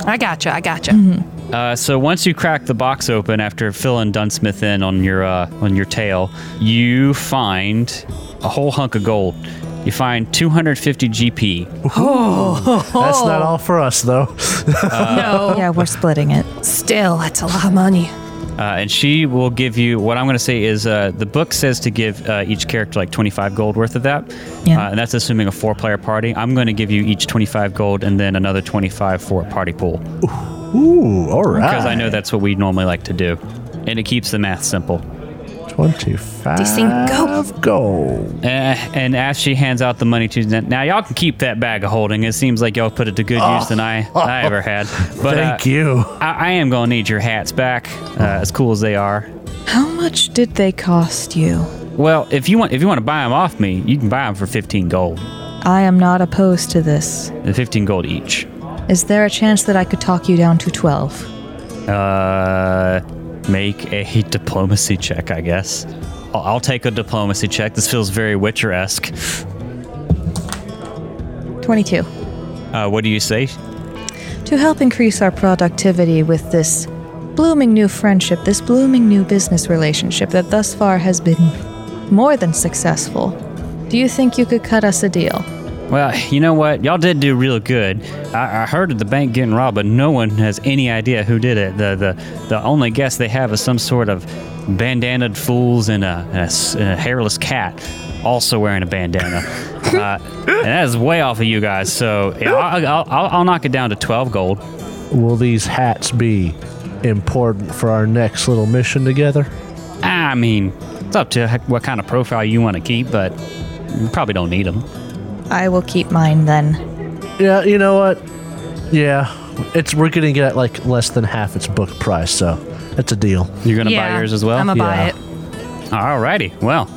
I gotcha, I gotcha.
Mm-hmm.
Uh, so once you crack the box open after filling Dunsmith in on your uh, on your tail, you find a whole hunk of gold. You find 250 GP.
That's not all for us though.
No.
Yeah, we're splitting it.
Still, that's a lot of money.
Uh, and she will give you what I'm going to say is uh, the book says to give uh, each character like 25 gold worth of that.
Yeah.
Uh, and that's assuming a four player party. I'm going to give you each 25 gold and then another 25 for a party pool.
Ooh, all right.
because I know that's what we normally like to do, and it keeps the math simple.
25
Decent go.
gold.
Uh, and as she hands out the money to now, y'all can keep that bag of holding. It seems like y'all put it to good use than I, I
*laughs*
ever had. But uh,
Oh. Thank you.
I, I am gonna need your hats back, uh, as cool as they are.
How much did they cost you?
Well, if you want, if you want to buy them off me, you can buy them for fifteen gold.
I am not opposed to this.
Uh, Fifteen gold each.
Is there a chance that I could talk you down to 12?
Uh, make a diplomacy check, I guess. I'll, I'll take a diplomacy check. This feels very Witcher-esque.
22.
Uh, what do you say?
To help increase our productivity with this blooming new friendship, this blooming new business relationship that thus far has been more than successful, do you think you could cut us a deal?
Well, you know what? Y'all did do real good. I, I heard of the bank getting robbed, but no one has any idea who did it. The the, the only guess they have is some sort of bandanaed fools and a, and a s- and a hairless cat, also wearing a bandana. uh, and that is way off of you guys. So yeah, I'll, I'll, I'll, I'll knock it down to twelve gold.
Will these hats be important for our next little mission together?
I mean, it's up to h- what kind of profile you want to keep, but you probably don't need them.
I will keep mine then.
Yeah, you know what? Yeah, it's we're getting it at like less than half its book price, so it's a deal.
You're gonna buy yours as well.
I'm gonna
Yeah.
buy it.
Alrighty. Well,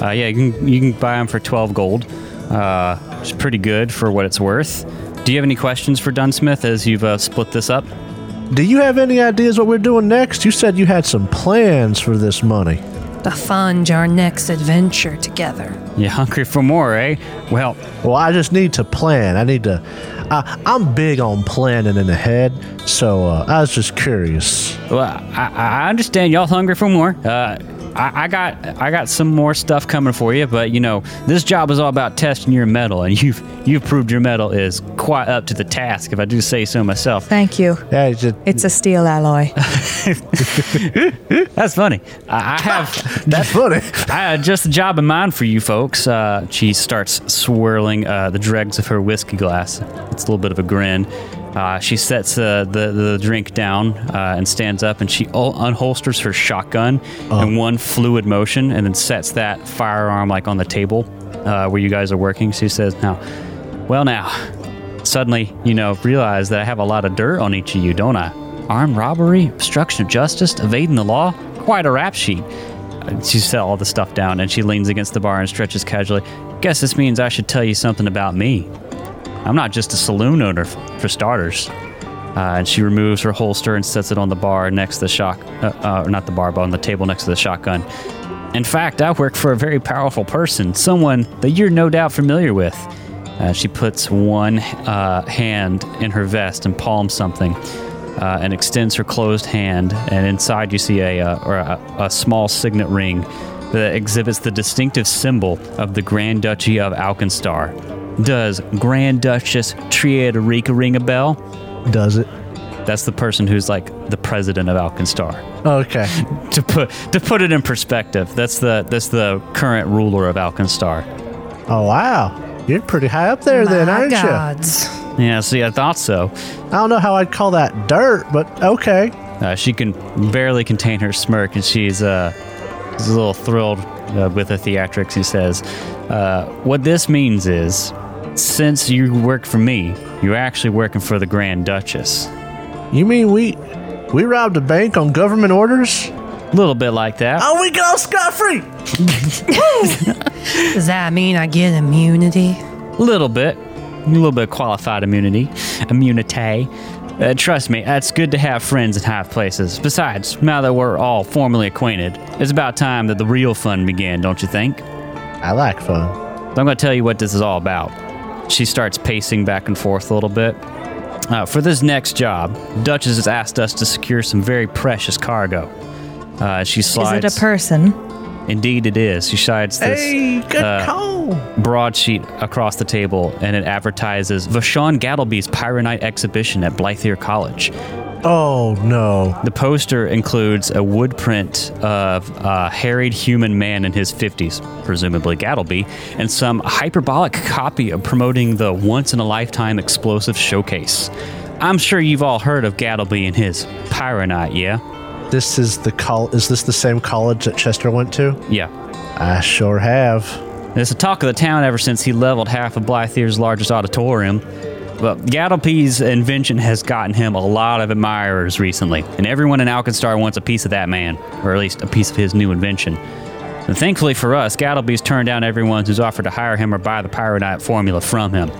uh, yeah, you can you can buy them for twelve gold. Uh, it's pretty good for what it's worth. Do you have any questions for Dunsmith as you've uh, split this up?
Do you have any ideas what we're doing next? You said you had some plans for this money.
The fund our next adventure together.
You hungry for more, eh? Well,
Well, I just need to plan. I need to. I I'm big on planning in the head, so uh, I was just curious.
well, I, I understand y'all hungry for more. Uh, I, I got I got some more stuff coming for you, but you know this job is all about testing your metal, and you've you've proved your metal is quite up to the task, if I do say so myself.
Thank you.
Yeah, it's just,
It's a steel alloy.
That's funny. I, I have
that's funny. *laughs*
I had just a job in mind for you folks. Uh, she starts swirling uh, the dregs of her whiskey glass. It's a little bit of a grin. Uh, she sets uh, the, the drink down uh, and stands up, and she u- unholsters her shotgun in one fluid motion, and then sets that firearm like on the table uh, where you guys are working. She says, "Now, well, now." Suddenly, you know, realize that I have a lot of dirt on each of you, don't I? Armed robbery, obstruction of justice, evading the law. Quite a rap sheet. Uh, She set all the stuff down and she leans against the bar and stretches casually. Guess this means I should tell you something about me. I'm not just a saloon owner, f- for starters. Uh, and she removes her holster and sets it on the bar next to the shock, uh, uh, not the bar, but on the table next to the shotgun. In fact, I work for a very powerful person, someone that you're no doubt familiar with. Uh, she puts one uh, hand in her vest and palms something uh, and extends her closed hand. And inside, you see a, uh, or a, a small signet ring that exhibits the distinctive symbol of the Grand Duchy of Alkenstar. Does Grand Duchess Triadrica ring a bell?
Does it?
That's the person who's like the president of Alkenstar.
Okay.
To put to put it in perspective, that's the that's the current ruler of Alkenstar.
Oh wow, you're pretty high up there then,
My
aren't you?
gods.
Yeah, see, I thought so.
I don't know how I'd call that dirt, but okay.
Uh, she can barely contain her smirk, and she's, uh, she's a little thrilled uh, with the theatrics. He says, uh, "What this means is, since you work for me, you're actually working for the Grand Duchess.
You mean we we robbed a bank on government orders?
A little bit like that.
Oh, we go scot free.
Does that mean I get immunity?
A little bit, a little bit of qualified immunity, immunity." Uh, trust me, it's good to have friends in high places. Besides, now that we're all formally acquainted, it's about time that the real fun began, don't you think?
I like fun.
So I'm going to tell you what this is all about. She starts pacing back and forth a little bit. Uh, for this next job, Duchess has asked us to secure some very precious cargo. Uh, she
Is
slides.
it a person?
Indeed, it is. She slides this
Hey, good
uh,
call.
broadsheet across the table, and it advertises Vashon Gattleby's Pyronite exhibition at Blythier College.
Oh no.
The poster includes a wood print of a harried human man in his 50s, presumably Gattleby, and some hyperbolic copy of promoting the once in a lifetime explosive showcase. I'm sure you've all heard of Gattleby and his Pyronite, yeah?
This is the col. Is this the same college that Chester went to?
Yeah.
I sure have.
And it's the talk of the town ever since he leveled half of Blythier's largest auditorium. But Gattlepee's invention has gotten him a lot of admirers recently, and everyone in Alkenstar wants a piece of that man, or at least a piece of his new invention. And thankfully for us, Gattleby's turned down everyone who's offered to hire him or buy the Pyronite formula from him.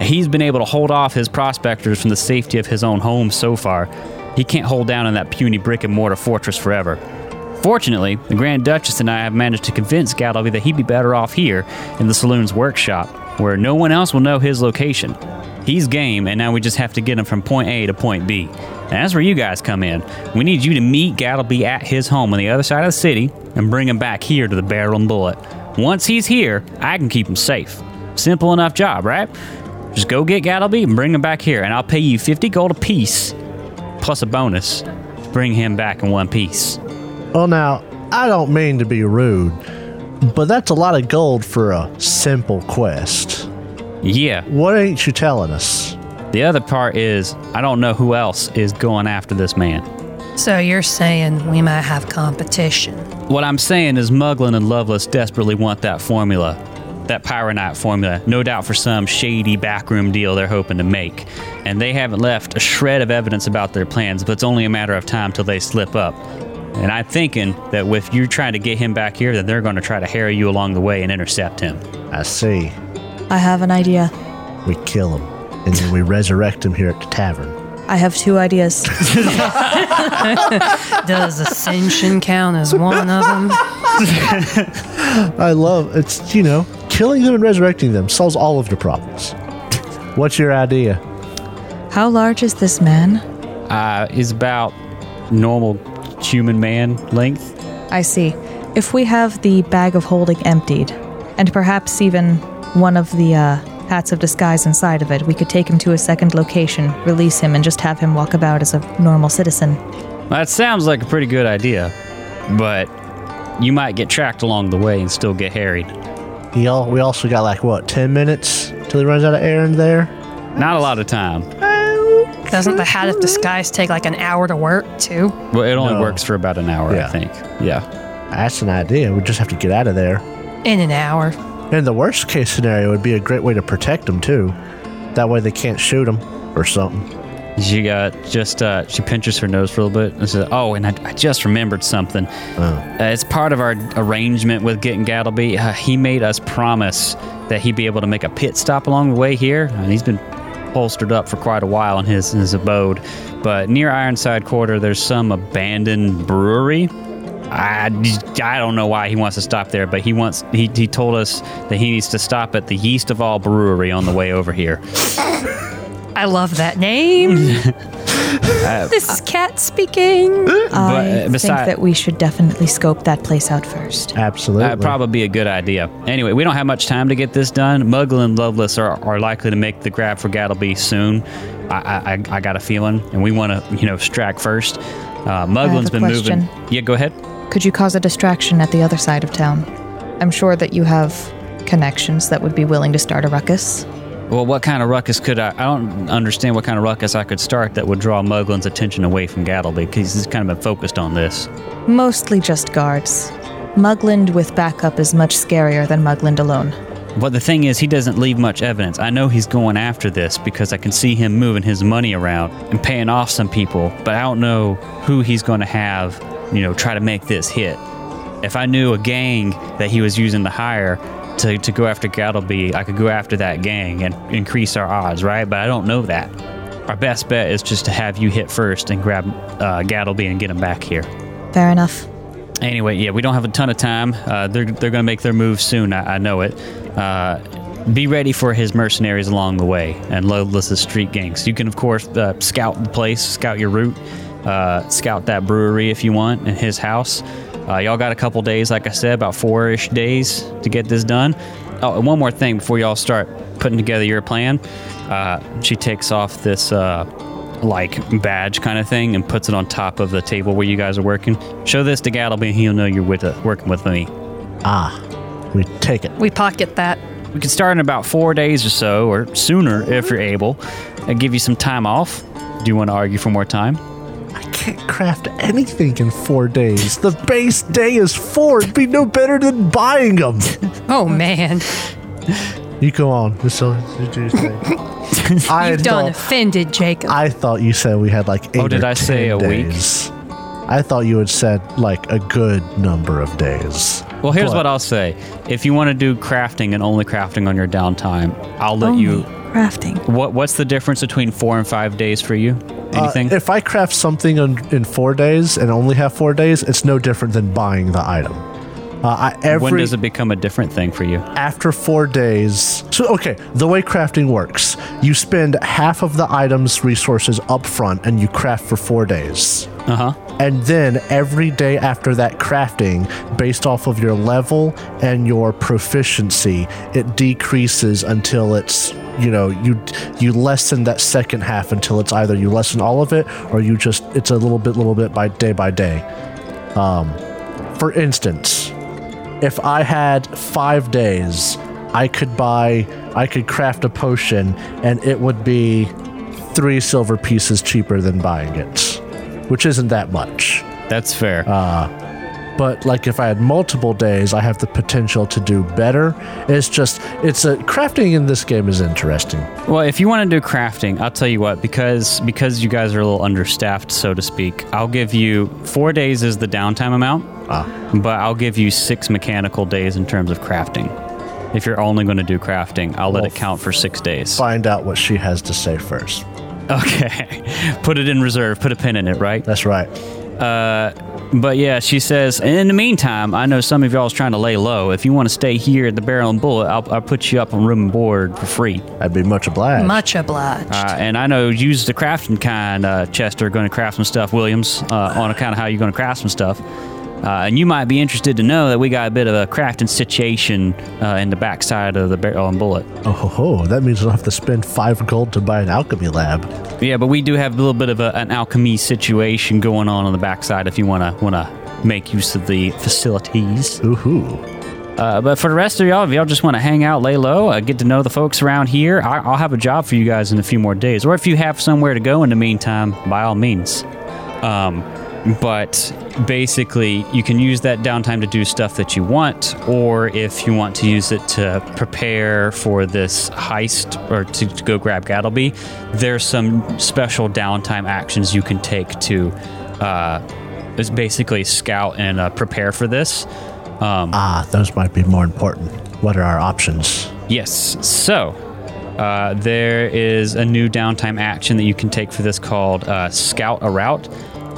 He's been able to hold off his prospectors from the safety of his own home so far. He can't hold down in that puny brick and mortar fortress forever. Fortunately, the Grand Duchess and I have managed to convince Gattleby that he'd be better off here in the saloon's workshop, where no one else will know his location. He's game, and now we just have to get him from point A to point B. And that's where you guys come in. We need you to meet Gattleby at his home on the other side of the city and bring him back here to the barrel and bullet. Once he's here, I can keep him safe. Simple enough job, right? Just go get Gattleby and bring him back here, and I'll pay you 50 gold apiece, plus a bonus, to bring him back in one piece.
Well, now I don't mean to be rude, but that's a lot of gold for a simple quest.
Yeah,
What ain't you telling us?
The other part is, I don't know who else is going after this man.
So you're saying we might have competition?
What I'm saying is, Muglin and Lovelace desperately want that formula, that Pyronite formula, no doubt for some shady backroom deal they're hoping to make. And they haven't left a shred of evidence about their plans, but it's only a matter of time till they slip up. And I'm thinking that if you're trying to get him back here, that they're going to try to harry you along the way and intercept him.
I see.
I have an idea.
We kill him, and then we resurrect him here at the tavern.
I have two ideas.
Does ascension count as one of them?
I love it's you know killing them and resurrecting them solves all of your problems. What's your idea?
How large is this man?
Uh, is about normal human man length.
I see. If we have the bag of holding emptied, and perhaps even one of the uh, hats of disguise inside of it, we could take him to a second location, release him, and just have him walk about as a normal citizen.
That sounds like a pretty good idea, but you might get tracked along the way and still get harried.
Y'all, we also got like what ten minutes till he runs out of air in there.
Not a lot of time.
Doesn't the hat of disguise take like an hour to work too?
Well, it only
No.
works for about an hour,
Yeah.
I think. Yeah.
That's an idea. We just have to get out of there.
In an hour.
And the worst case scenario would be a great way to protect them too. That way they can't shoot them or something.
She got just uh, she pinches her nose for a little bit and says, "Oh, and I, I just remembered something. Uh, it's part of our arrangement with getting Gattleby. Uh, he made us promise that he'd be able to make a pit stop along the way here, and he's been holstered up for quite a while in his in his abode. But near Ironside Quarter, there's some abandoned brewery." I, I don't know why he wants to stop there, but he wants he, he told us that he needs to stop at the Yeast of All Brewery on the way over here.
I love that name.
*laughs*
this is Cat speaking.
uh,
Uh, I
beside-
think that we should definitely scope that place out first.
Absolutely.
That'd Uh, probably be a good idea. Anyway, we don't have much time to get this done. Muggle and Loveless are, are likely to make the grab for Gattleby soon. I, I, I got a feeling, and we want to, you know, strike first. Uh, Muglin's
a
been
question.
moving. Yeah, go ahead.
Could you cause a distraction at the other side of town? I'm sure that you have connections that would be willing to start a ruckus.
Well, what kind of ruckus could I? I don't understand what kind of ruckus I could start that would draw Muglin's attention away from Gattleby because he's kind of been focused on this.
Mostly just guards. Mugland with backup is much scarier than Mugland alone.
But the thing is, he doesn't leave much evidence. I know he's going after this because I can see him moving his money around and paying off some people, but I don't know who he's going to have, you know, try to make this hit. If I knew a gang that he was using to hire to, to go after Gattleby, I could go after that gang and increase our odds, right? But I don't know that. Our best bet is just to have you hit first and grab uh, Gattleby and get him back here.
Fair enough.
Anyway, yeah, we don't have a ton of time. Uh, they're they're going to make their move soon. I, I know it. Uh, be ready for his mercenaries along the way and Loveless's street gangs. You can of course uh, scout the place, scout your route, uh, scout that brewery if you want, and his house. Uh, y'all got a couple days, like I said, about four-ish days to get this done. Oh, and one more thing before y'all start putting together your plan. Uh, she takes off this. Uh, like badge kind of thing and puts it on top of the table where you guys are working. Show this to Gattleby and he'll know you're with uh, working with me.
ah, we take it.
We pocket that.
We can start in about four days or so, or sooner if you're able. I give you some time off. Do you want to argue for more time?
I can't craft anything in four days. The base day is four. It'd be no better than buying them.
Oh man,
You go on. This is- this is your
*laughs*
thing. I
you've done
thought-
offended Jacob.
I thought you said we had like eight.
Oh, did
or
I say
10
a week?
days. I thought you had said like a good number of days.
Well, here's
But-
what I'll say. If you want to do crafting and only crafting on your downtime, I'll
Oh.
let you.
crafting.
What What's the difference between four and five days for you?
Uh,
Anything?
if I craft something in, in four days and only have four days, it's no different than buying the item. Uh, I, every
when does it become a different thing for you?
after four days. So, okay, the way crafting works, you spend half of the item's resources up front and you craft for four days.
Uh huh.
And then every day after that crafting, based off of your level and your proficiency, it decreases until it's you know you you lessen that second half until it's either you lessen all of it or you just it's a little bit little bit by day by day. Um, for instance, if I had five days, I could buy, I could craft a potion, and it would be three silver pieces cheaper than buying it, which isn't that much.
That's fair.
But like if I had multiple days, I have the potential to do better. It's just, it's a crafting in this game is interesting.
Well, if you want to do crafting, I'll tell you what, because because you guys are a little understaffed, so to speak, I'll give you four days is the downtime amount, but I'll give you six mechanical days in terms of crafting. If you're only going to do crafting, I'll let it count for six days.
Find out what she has to say first.
*laughs* Okay, put it in reserve, put a pin in it, right?
That's right.
But yeah, she says, in the meantime, I know some of y'all is trying to lay low. If you want to stay here at the Barrel and Bullet, I'll, I'll put you up on room and board for free.
I'd be much obliged.
Much obliged.
Uh, and I know use the crafting kind, uh, Chester, going to craft some stuff, Williams, uh, on account of how you're going to craft some stuff. Uh, and you might be interested to know that we got a bit of a crafting situation uh, in the backside of the barrel and bullet.
Oh ho ho! That means I'll have to spend five gold to buy an alchemy lab.
Yeah, but we do have a little bit of a, an alchemy situation going on on the backside if you want to want to make use of the facilities.
Ooh-hoo.
Uh, but for the rest of y'all, if y'all just want to hang out, lay low, uh, get to know the folks around here, I, I'll have a job for you guys in a few more days. Or if you have somewhere to go in the meantime, by all means. Um, but basically, you can use that downtime to do stuff that you want, or if you want to use it to prepare for this heist or to, to go grab Gattleby, there's some special downtime actions you can take to uh, is basically scout and uh, prepare for this. Um,
Ah, those might be more important. What are our options?
Yes. So uh, there is a new downtime action that you can take for this called uh, Scout a Route.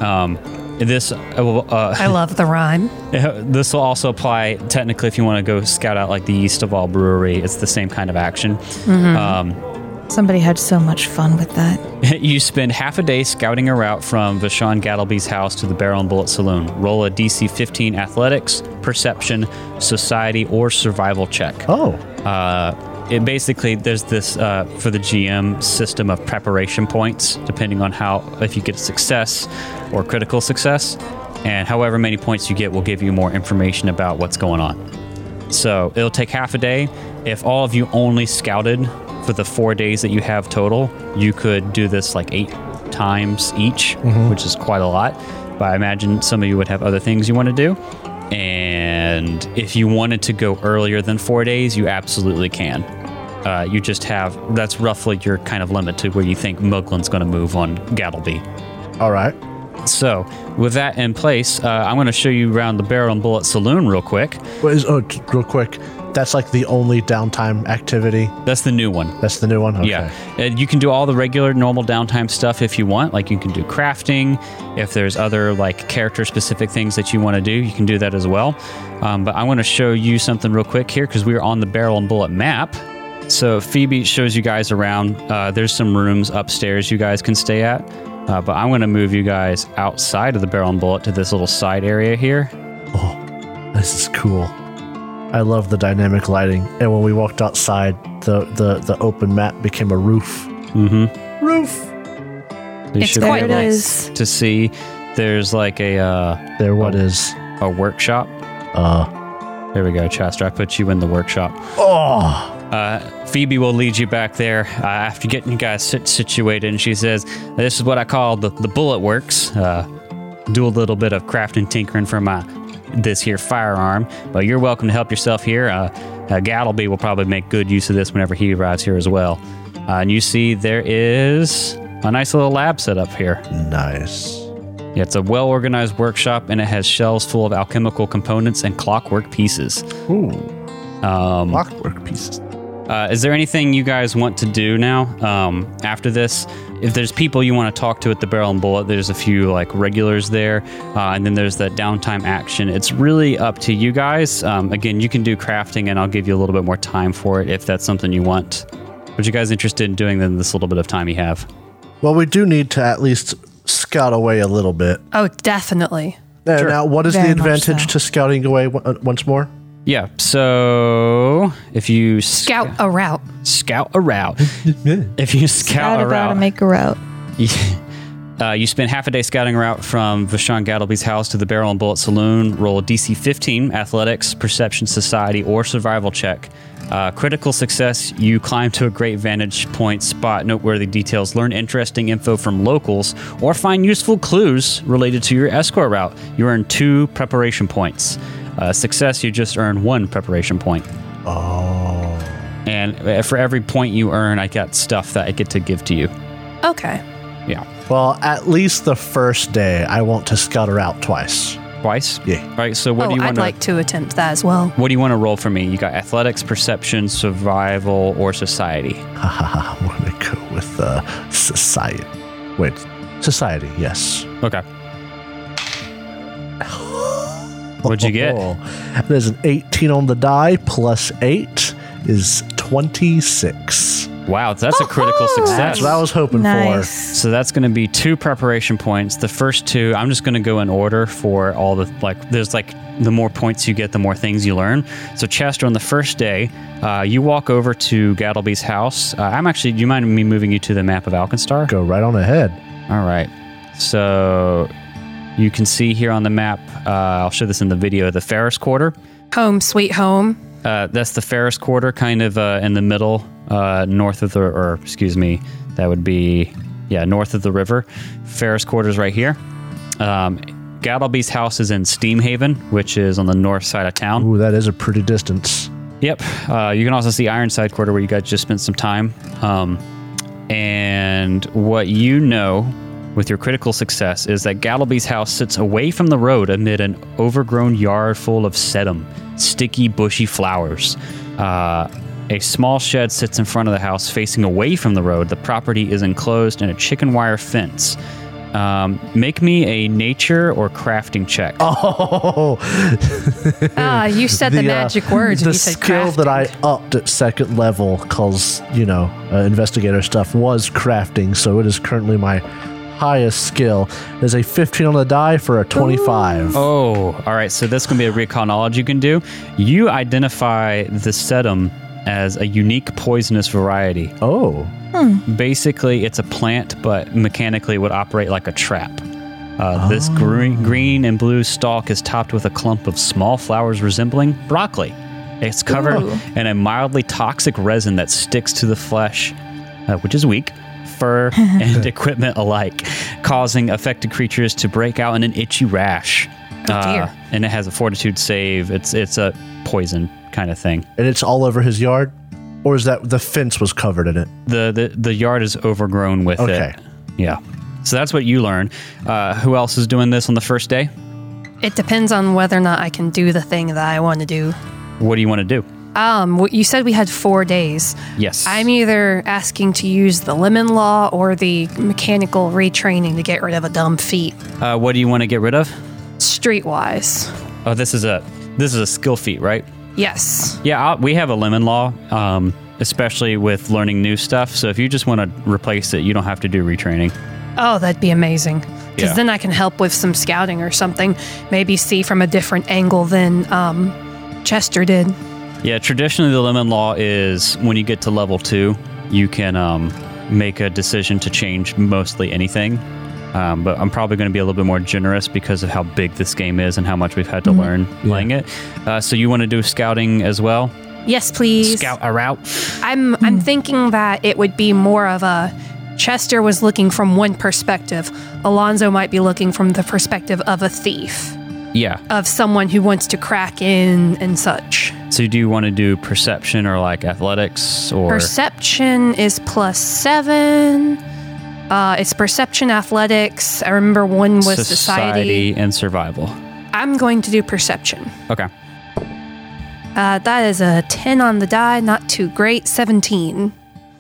Um, this uh, will,
I
uh, *laughs*
love the rhyme.
this will also apply technically if you want to go scout out like the East of All Brewery. It's the same kind of action. *laughs* Um,
Somebody had so much fun with that.
you spend half a day scouting a route from Vashon Gattleby's house to the Barrel and Bullet Saloon. Roll a DC 15 Athletics, Perception, Society, or Survival check.
Oh,
uh, it basically there's this uh, for the GM system of preparation points, depending on how if you get success or critical success, and however many points you get will give you more information about what's going on. So it'll take half a day. If all of you only scouted for the four days that you have total, you could do this like eight times each, which is quite a lot. But I imagine some of you would have other things you want to do. And if you wanted to go earlier than four days, you absolutely can. Uh, you just have that's roughly your kind of limit to where you think Muglin's going to move on Gattleby.
all right.
So, with that in place, uh, I'm going to show you around the Barrel and Bullet Saloon real quick.
What is, oh, t- real quick. That's like the only downtime activity.
That's the new one.
That's the new one. Okay.
Yeah, and you can do all the regular, normal downtime stuff if you want. Like you can do crafting. If there's other like character-specific things that you want to do, you can do that as well. Um, but I want to show you something real quick here because we are on the barrel and bullet map. So Phoebe shows you guys around. Uh, there's some rooms upstairs you guys can stay at. Uh, but I'm going to move you guys outside of the barrel and bullet to this little side area here.
This is cool. I love the dynamic lighting. And when we walked outside, the the the open map became a roof.
Mm-hmm.
Roof.
You
It's
should
quite
be able
nice.
to see. There's like a uh,
There. What is?
a workshop
Uh.
There we go, Chester. I put you in the workshop.
Oh.
Uh, Phoebe will lead you back there uh, after getting you guys sit- situated, and she says, "This is what I call the, the bullet works. Uh, do a little bit of crafting tinkering for my this here firearm. But you're welcome to help yourself here. Uh, uh, Gattleby will probably make good use of this whenever he arrives here as well. Uh, and you see there is a nice little lab set up here.
Nice.
Yeah, it's a well organized workshop and it has shelves full of alchemical components and clockwork pieces. Um,
Clockwork pieces.
Uh, is there anything you guys want to do now um, after this? If there's people you want to talk to at the Barrel and Bullet, there's a few like regulars there, uh, and then there's that downtime action. It's really up to you guys. Um, again, you can do crafting, and I'll give you a little bit more time for it if that's something you want. But you guys interested in doing then this little bit of time you have?
Well, we do need to at least scout away a little bit.
Oh, definitely.
And Now, what is the
Very much
advantage
so.
to scouting away w- uh, once more?
Yeah. So if you sc-
Scout a route.
scout a route, if you scout
Out
a route,
about to make a route.
*laughs* Uh, you spend half a day scouting a route from Vashon Gattleby's house to the Barrel and Bullet Saloon. Roll DC 15, Athletics, Perception, Society, or Survival check. Uh, critical success, you climb to a great vantage point spot, noteworthy details, learn interesting info from locals, or find useful clues related to your escort route. You earn two preparation points. Uh, success, you just earn one preparation point. And uh, for every point you earn, I got stuff that I get to give to you.
Okay.
Yeah.
Well, at least the first day, I want to scout her out twice. *laughs*
Twice?
Yeah.
All right, so what
oh,
do you want
I'd
to
like to attempt that as well.
What do you want to roll for me? You got athletics, perception, survival, or society.
I'm going to go with uh, society. Wait, society, yes.
Okay. What'd you get?
*laughs* There's an 18 on the die, plus 8 is 26.
Wow, that's a critical success.
That's what I was hoping for.
Nice.
so that's going to be two preparation points. The first two, I'm just going to go in order for all the like. There's like the more points you get, the more things you learn. So Chester, on the first day, uh, you walk over to Gattleby's house. Uh, I'm actually. Do you mind me moving you to the map of Alkenstar?
Go right on ahead.
All right. So you can see here on the map, uh, I'll show this in the video, the Ferris Quarter.
Home, sweet
*laughs*
home.
Uh, that's the Ferris Quarter, kind of uh, in the middle, uh, north of the, or excuse me, that would be, yeah, north of the river. Ferris Quarter's right here. Um, Gattleby's house is in Steamhaven, which is on the north side of town.
Ooh, that is a pretty distance. *laughs*
Yep. Uh, you can also see Ironside Quarter where you guys just spent some time. Um, and what you know with your critical success is that Gattleby's house sits away from the road amid an overgrown yard full of sedum, sticky, bushy flowers. Uh, a small shed sits in front of the house facing away from the road. The property is enclosed in a chicken wire fence. Um, make me a nature or crafting check.
Oh,
Ah, you said the,
uh,
magic words.
The
when you said
skill that I
crafting.
upped at second level, cause you know, uh, investigator stuff was crafting, so it is currently my highest skill. Is a 15 on the die for a 25.
Oh, all right. So that's going to be a reconology you can do. You identify the sedum as a unique poisonous variety.
Oh,
Basically, it's a plant, but mechanically would operate like a trap. Uh, This green, green and blue stalk is topped with a clump of small flowers resembling broccoli. It's covered in a mildly toxic resin that sticks to the flesh, uh, which is weak, fur, and equipment alike, causing affected creatures to break out in an itchy rash. Uh,
dear.
and it has a fortitude save. It's it's a poison kind of thing.
and it's all over his yard, or is that the fence was covered in it?
the the, the yard is overgrown with
Okay.
it. Yeah. So that's what you learn. Uh, who else is doing this on the first day?
It depends on whether or not I can do the thing that I want to do.
What do you want to do?
Um, what- you said we had four days.
Yes.
I'm either asking to use the lemon law or the mechanical retraining to get rid of a dumb feat.
Uh, what do you want to get rid of?
Streetwise.
Oh, this is a this is a skill feat, right?
Yes.
Yeah, I'll, we have a lemon law, um, especially with learning new stuff. So if you just want to replace it, you don't have to do retraining.
Oh, that'd be amazing. Because
Yeah.
then I can help with some scouting or something. Maybe see from a different angle than um, Chester did.
Yeah, traditionally the lemon law is when you get to level two, you can um, make a decision to change mostly anything. Um, but I'm probably going to be a little bit more generous because of how big this game is and how much we've had to learn playing it. Uh, so you want to do scouting as well?
Yes, please.
Scout a route.
I'm I'm thinking that it would be more of a Chester was looking from one perspective. Alonzo might be looking from the perspective of a thief,
Yeah.
of someone who wants to crack in and such.
So do you want to do perception or like athletics or
Perception is plus seven. Uh, it's perception, athletics. I remember one was society.
and survival?
I'm going to do perception.
Okay.
Uh, that is a 10 on the die, not too great. 17.
All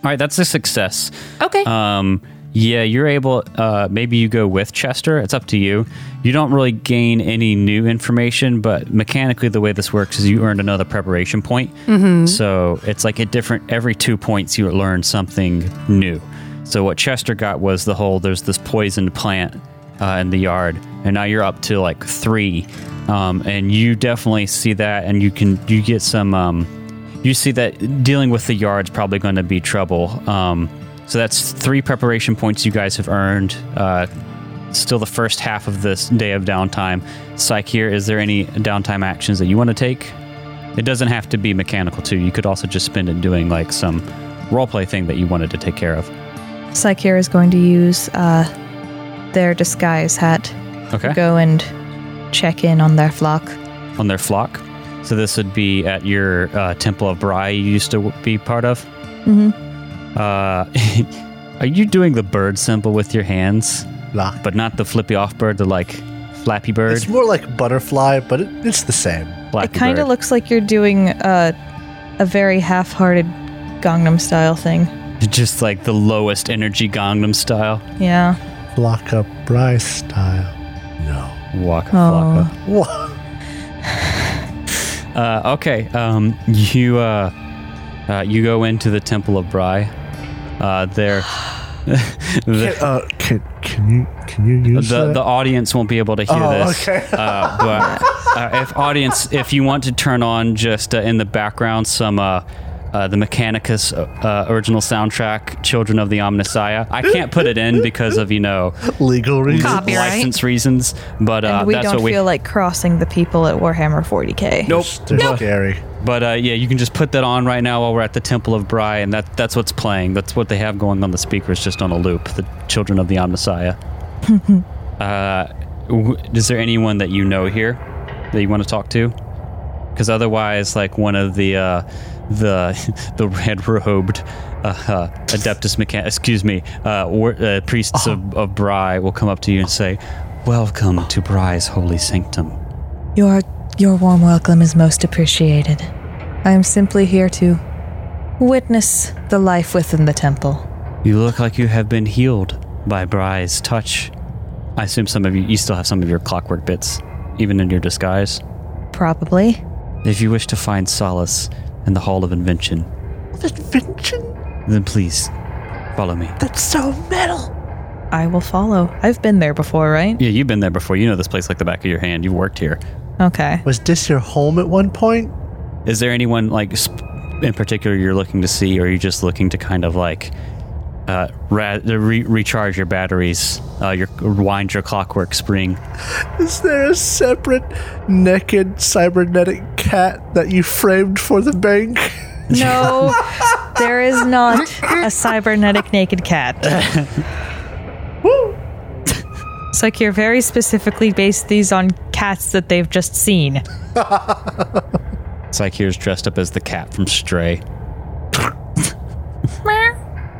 right, that's a success.
Okay.
Um, yeah, you're able. Uh, maybe you go with Chester. It's up to you. You don't really gain any new information, but mechanically, the way this works is you earned another preparation point. So it's like a different. Every two points, you learn something new. So what Chester got was the whole. There's this poisoned plant uh, in the yard, and now you're up to like three. Um, and you definitely see that, and you can you get some. Um, you see that dealing with the yard's probably going to be trouble. Um, so that's three preparation points you guys have earned. Uh, still the first half of this day of downtime. Psych here, is there any downtime actions that you want to take? It doesn't have to be mechanical, too. You could also just spend it doing like some roleplay thing that you wanted to take care of.
Psychear is going to use uh, their disguise hat
Okay.
go and check in on their flock.
On their flock. So this would be at your uh, Temple of Bri you used to be part of. Mm-hmm. Uh, *laughs* are you doing the bird symbol with your hands?
Nah.
but not the flippy off bird, the like flappy bird.
It's more like butterfly, but it, it's the same.
Flappy
It kind
bird.
of looks like you're doing a, a very half-hearted Gangnam style thing.
just like the lowest energy Gangnam style.
Yeah.
Block up Bryce style. No.
Waka flocka.
What?
Uh, okay, um, you uh, uh, you go into the Temple of Bri.
*gasps*
Uh, there, the,
Uh, can, can you can you use
the
that?
the audience won't be able to hear
Oh,
this.
okay.
uh, but uh, if audience, if you want to turn on just uh, in the background some. Uh, uh, the Mechanicus uh, original soundtrack, Children of the Omnissiah. I can't put it in because of, you know,
legal reason?
Cop. Copyright.
license reasons, but uh,
and we
that's
don't
what we.
feel like crossing the people at Warhammer 40k.
nope.
They're scary.
But uh, yeah, you can just put that on right now while we're at the Temple of Bri, and that that's what's playing. That's what they have going on the speakers, just on a loop. The Children of the Omnissiah. uh, w- is there anyone that you know here that you want to talk to? Because otherwise, like one of the uh, the *laughs* the red robed uh, uh, Adeptus Mechan- excuse me, uh, war- uh, priests of, of Bri will come up to you and say, "Welcome to Bri's holy sanctum."
Your your warm welcome is most appreciated. I am simply here to witness the life within the temple.
You look like you have been healed by Bri's touch. I assume some of you, you still have some of your clockwork bits, even in your disguise.
Probably.
If you wish to find solace in the Hall of Invention,
Invention?
then please follow me.
That's so metal.
I will follow. I've been there before, right?
Yeah, you've been there before. You know this place like the back of your hand. You've worked here.
*laughs*
Okay.
Was this your home at one point?
Is there anyone like sp- in particular you're looking to see, or are you just looking to kind of like uh, ra- re- recharge your batteries, uh, your wind your clockwork spring?
Is there a separate naked cybernetic cat that you framed for the bank?
No, *laughs* there is not a cybernetic naked cat.
Woo!
Sakir very specifically based these on cats that they've just seen.
Psycheer's dressed up as the cat from Stray.
*laughs*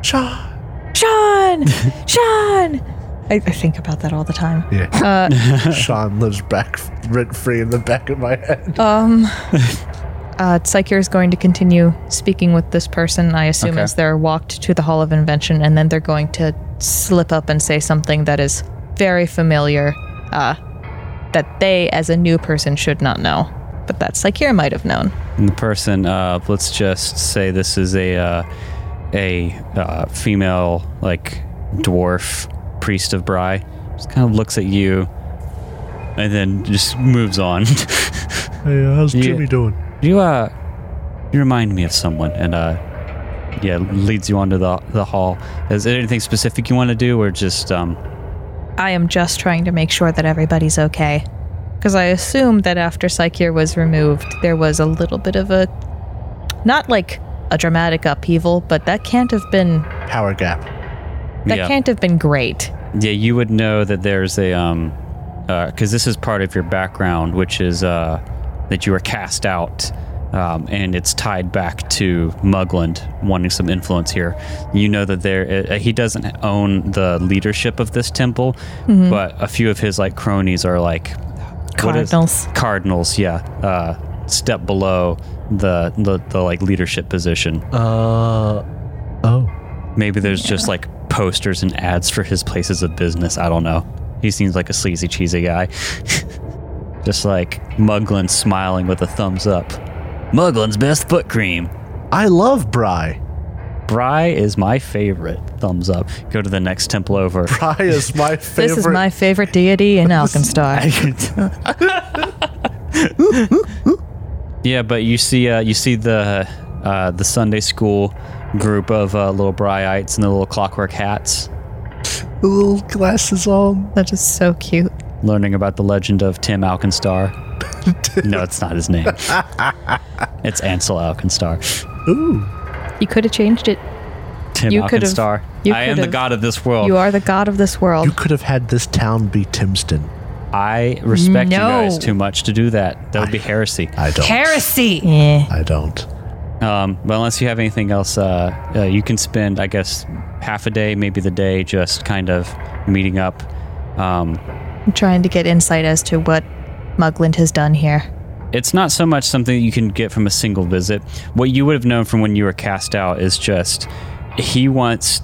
Cha.
Sean! Sean! I, I think about that all the time.
Sean lives back rent free in the back of my head.
Uh, Psycheer is going to continue speaking with this person, I assume,
Okay.
as they're walked to the Hall of Invention, and then they're going to slip up and say something that is very familiar uh, that they, as a new person, should not know. But that Psycheer might have known.
And the person, uh, let's just say this is a uh, a uh, female like dwarf priest of Bry. Just kind of looks at you, and then just moves on. *laughs*
Hey, how's
Jimmy
doing?
you uh, you remind me of someone, and uh, yeah, leads you onto the the hall. Is there anything specific you want to do, or just um?
I am just trying to make sure that everybody's okay. Because I assume that after Psycheer was removed, there was a little bit of a. Not like a dramatic upheaval, but that can't have been
Power gap.
That
Yeah.
can't have been great.
Yeah, you would know that there's a um, because this is part of your background, which is uh, that you were cast out, um, and it's tied back to Mugland wanting some influence here. You know that there uh, he doesn't own the leadership of this temple, but a few of his like cronies are like what is-
Cardinals.
cardinals, yeah, uh, step below the, the the like leadership position.
Uh, oh.
Maybe there's just like posters and ads for his places of business. I don't know. He seems like a sleazy, cheesy guy. *laughs* just like Muglin smiling with a thumbs up. Muglin's best foot cream.
I love Bry.
Bry is my favorite. Thumbs up. Go to the next temple over.
Bry is my favorite.
*laughs* This is my favorite deity in Alkenstar.
*laughs* yeah, but you see, uh, you see the uh, the Sunday school group of uh, little Bryites in the little clockwork hats,
little glasses on.
That is so cute.
learning about the legend of Tim Alkenstar. no, it's not his name. it's Ansel Alkenstar.
You could have changed it.
Tim
You could've-
Alkenstar.
you
I am the
could've-
god of this world.
You are the god of this world.
You could have had this town be Timston.
I respect you guys
No.
too much to do that. That would be heresy.
I don't.
Heresy.
Eh.
I don't.
Um, but unless you have anything else, uh, uh, you can spend, I guess, half a day, maybe the day, just kind of meeting up. Um,
I'm trying to get insight as to what Mugland has done here.
it's not so much something that you can get from a single visit. What you would have known from when you were cast out is just he wants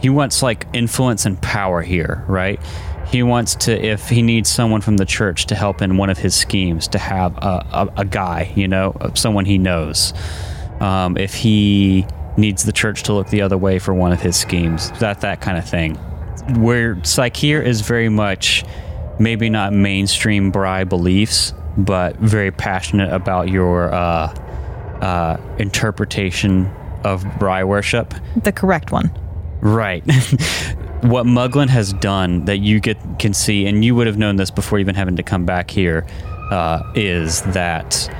he wants like influence and power here, right? He wants to if he needs someone from the church to help in one of his schemes to have a, a, a guy, you know, someone he knows. Um, if he needs the church to look the other way for one of his schemes, that that kind of thing. Where like here is very much maybe not mainstream Bry beliefs, but very passionate about your uh, uh, interpretation of Bry worship.
The correct one.
Right. what Muglin has done that you get can see, and you would have known this before even having to come back here, uh, is that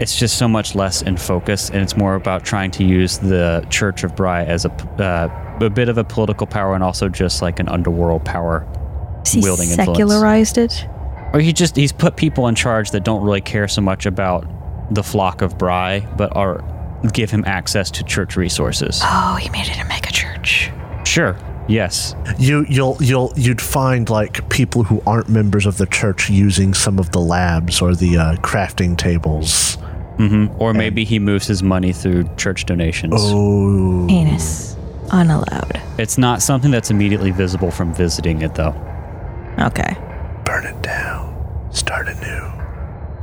it's just so much less in focus, and it's more about trying to use the Church of Bry as a p- uh, a bit of a political power, and also just like an underworld power
He
Wielding influence.
secularized it.
or he just he's put people in charge that don't really care so much about the flock of Bry, but are give him access to church resources.
Oh, he made it a mega church.
sure. Yes.
You you'll you'll you'd find like people who aren't members of the church using some of the labs or the uh, crafting tables.
Or maybe he moves his money through church donations.
Ooh.
Penis. Unallowed.
It's not something that's immediately visible from visiting it though.
Okay.
Burn it down. Start anew.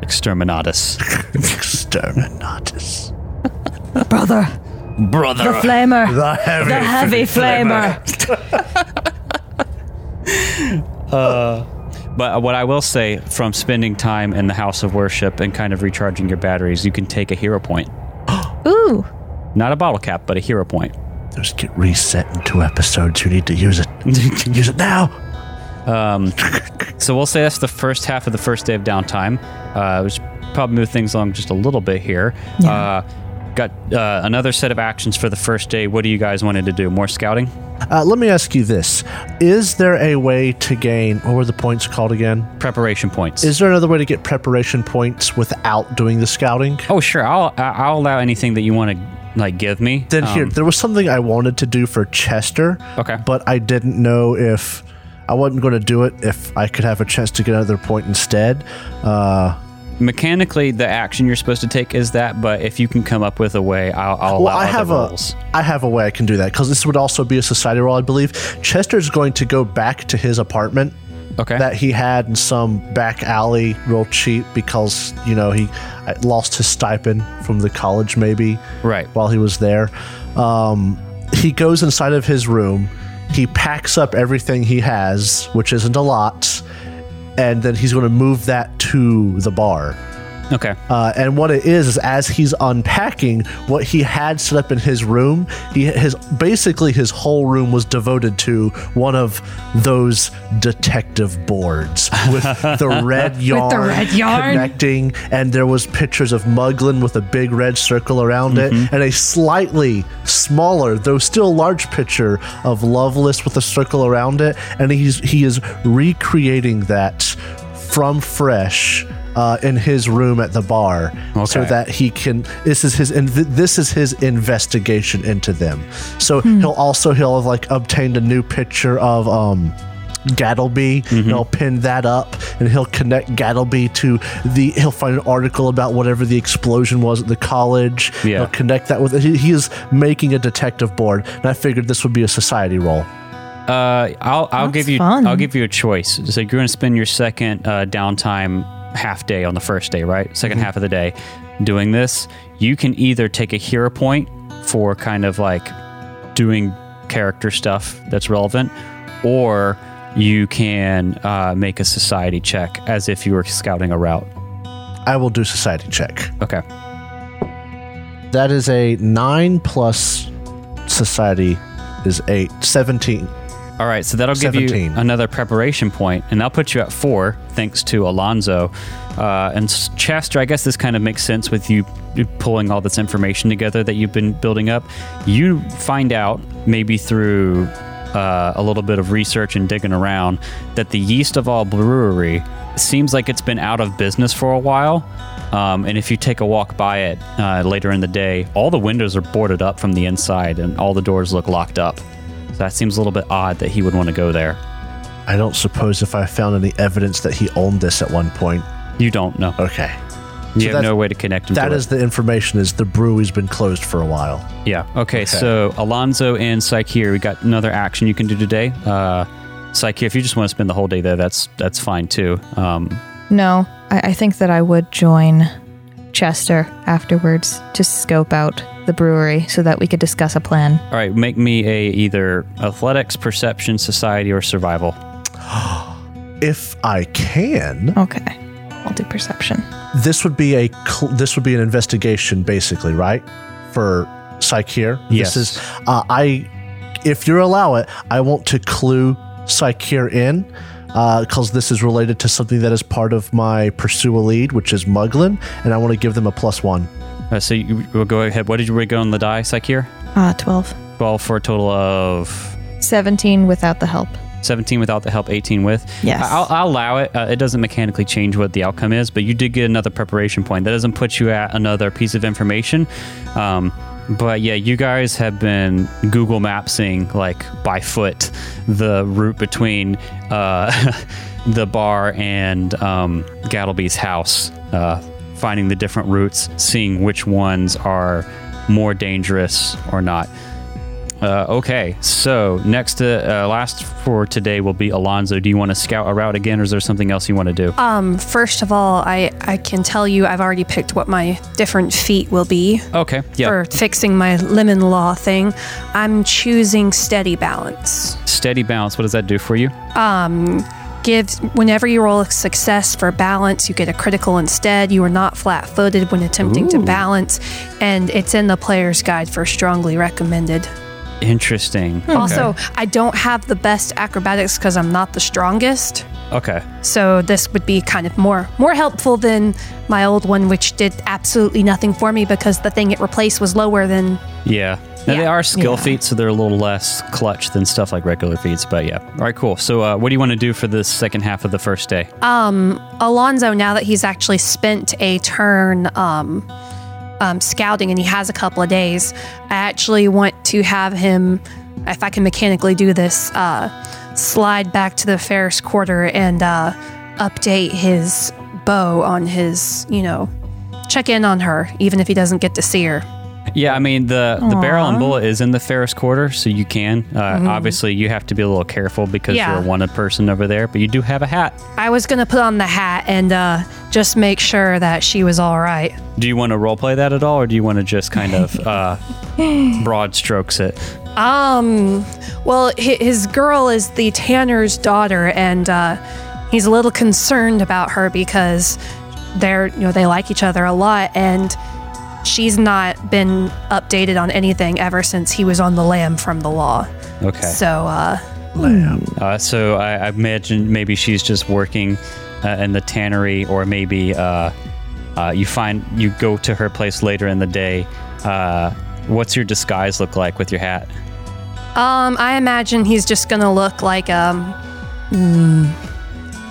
Exterminatus.
Exterminatus.
*laughs* Brother.
Brother.
The flamer.
The heavy.
The heavy flamer.
But what I will say from spending time in the house of worship and kind of recharging your batteries, you can take a hero point.
Ooh.
Not a bottle cap, but a hero point. *laughs*
Those get reset in two episodes. You need to use it. use it now.
So we'll say that's the first half of the first day of downtime. Uh, we should probably move things along just a little bit here. Uh, got uh, another set of actions for the first day. What do you guys wanted to do? More scouting?
Uh, let me ask you this: Is there a way to gain? What were the points called again?
Preparation points.
Is there another way to get preparation points without doing the scouting?
oh, sure. I'll I- I'll allow anything that you want to like give me.
Then
Um,
here, there was something I wanted to do for Chester.
Okay.
But I didn't know if I wasn't going to do it if I could have a chance to get another point instead. Uh,
mechanically, the action you're supposed to take is that. But if you can come up with a way, I'll, I'll
well,
allow
I
other
have a,
roles.
I have a way I can do that because this would also be a society role, I believe. Chester's going to go back to his apartment
Okay.
that he had in some back alley, real cheap, because you know he uh, lost his stipend from the college, maybe.
Right.
while he was there. Um, he goes inside of his room. He packs up everything he has, which isn't a lot, and then he's going to move that to the bar.
Okay.
Uh, and what it is is as he's unpacking what he had set up in his room, he his basically his whole room was devoted to one of those detective boards with the red yarn,
red yarn?
connecting, and there was pictures of Muglin with a big red circle around it, and a slightly smaller though still large picture of Lovelace with a circle around it, and he's he is recreating that from fresh uh, in his room at the bar so
Okay.
that he can this is his and this is his investigation into them so he'll also he'll have like obtained a new picture of um Gattleby,
Mm-hmm.
and he'll pin that up, and he'll connect Gattleby to the. He'll find an article about whatever the explosion was at the college.
Yeah.
He'll connect that with. He, he is making a detective board, and I figured this would be a society role.
Uh, I'll I'll
That's
give you
fun.
I'll give you a choice. So you're going to spend your second uh, downtime half day on the first day, right? 2nd
Mm-hmm.
half of the day, doing this. You can either take a hero point for kind of like doing character stuff that's relevant, or you can uh, make a society check as if you were scouting a route.
I will do society check.
Okay.
That is a nine plus society is eight. 17.
All right, so that'll give you
17.
another preparation point, and that'll put you at four, thanks to Alonzo. Uh, and S- Chester, I guess this kind of makes sense with you you pulling all this information together that you've been building up. You find out, maybe through uh, a little bit of research and digging around, that the Yeast of All Brewery seems like it's been out of business for a while. Um, and if you take a walk by it uh, later in the day, all the windows are boarded up from the inside, and all the doors look locked up. So that seems a little bit odd that he would want to go there.
I don't suppose if I found any evidence that he owned this at one point.
You don't know.
Okay.
You have
Oh, that's-
no way to connect him
That
to
is
it.
the information is the brewery's been closed for a while.
Yeah. Okay, so Alonzo and Psyche here, we got another action you can do today. Uh, Psyche, if you just want to spend the whole day there, that's that's fine too. Um,
No, I, I think that I would join Chester afterwards to scope out the brewery so that we could discuss a plan.
all right, make me a either athletics, perception, society, or survival.
If I can,
Okay, I'll do perception.
this would be a cl- this would be an investigation basically, right? For Psyche here.
Yes.
This is uh, I if you allow it, I want to clue Psyche in because this is related to something that is part of my pursue a lead, which is Muglin, and I want to give them a plus one.
Uh, so you, we'll go ahead. What did you go on the die, Psyche? here?
Ah, 12.
12 for a total of
17 without the help.
17 without the help, 18 with.
Yes.
I- I'll, I'll allow it. Uh, it doesn't mechanically change what the outcome is, but you did get another preparation point. That doesn't put you at another piece of information. Um, but yeah, you guys have been Google Mapsing like by foot the route between uh, *laughs* the bar and um, Gattleby's house, uh, finding the different routes, seeing which ones are more dangerous or not. Uh, okay, so next to uh, last for today will be Alonzo. Do you want to scout a route again, or is there something else you want to do?
Um, first of all, I, I can tell you I've already picked what my different feet will be
okay, yeah.
for fixing my lemon law thing. I'm choosing steady balance.
Steady bounce. What does that do for you?
Gives whenever you roll a success for balance, you get a critical instead. You are not flat footed when attempting to balance, and it's in the player's guide for strongly recommended.
Interesting.
Hmm. Also, I don't have the best acrobatics because I'm not the strongest.
Okay.
So this would be kind of more more helpful than my old one, which did absolutely nothing for me because the thing it replaced was lower than.
Yeah. Now, they
Yeah.
are skill
Yeah.
feats, so they're a little less clutch than stuff like regular feats. But yeah. All right. Cool. So, uh, what do you want to do for the second half of the first day?
Uh, Um, Alonzo, now that he's actually spent a turn um, um, scouting and he has a couple of days, I actually want to have him, if I can mechanically do this, uh, slide back to the Ferris quarter and uh, update his bow on his, you know, check in on her, even if he doesn't get to see her.
Yeah, I mean the the barrel and bullet is in the Ferris quarter, so you can. Uh, Obviously, you have to be a little careful because
Mm-hmm. Yeah.
you're a wanted person over there, but you do have a hat.
I was gonna put on the hat and uh, just make sure that she was all right.
Do you want to role play that at all, or do you want to just kind of uh, broad strokes it?
Um, well, hi- his girl is the tanner's daughter, and uh, he's a little concerned about her because they're you know they like each other a lot and she's not been updated on anything ever since he was on the lam from the law
Okay.
so uh
Uh, so I, I imagine maybe she's just working uh, in the tannery, or maybe uh, uh, you find you go to her place later in the day. Uh, what's your disguise look like with your hat?
um i imagine he's just gonna look like um hmm,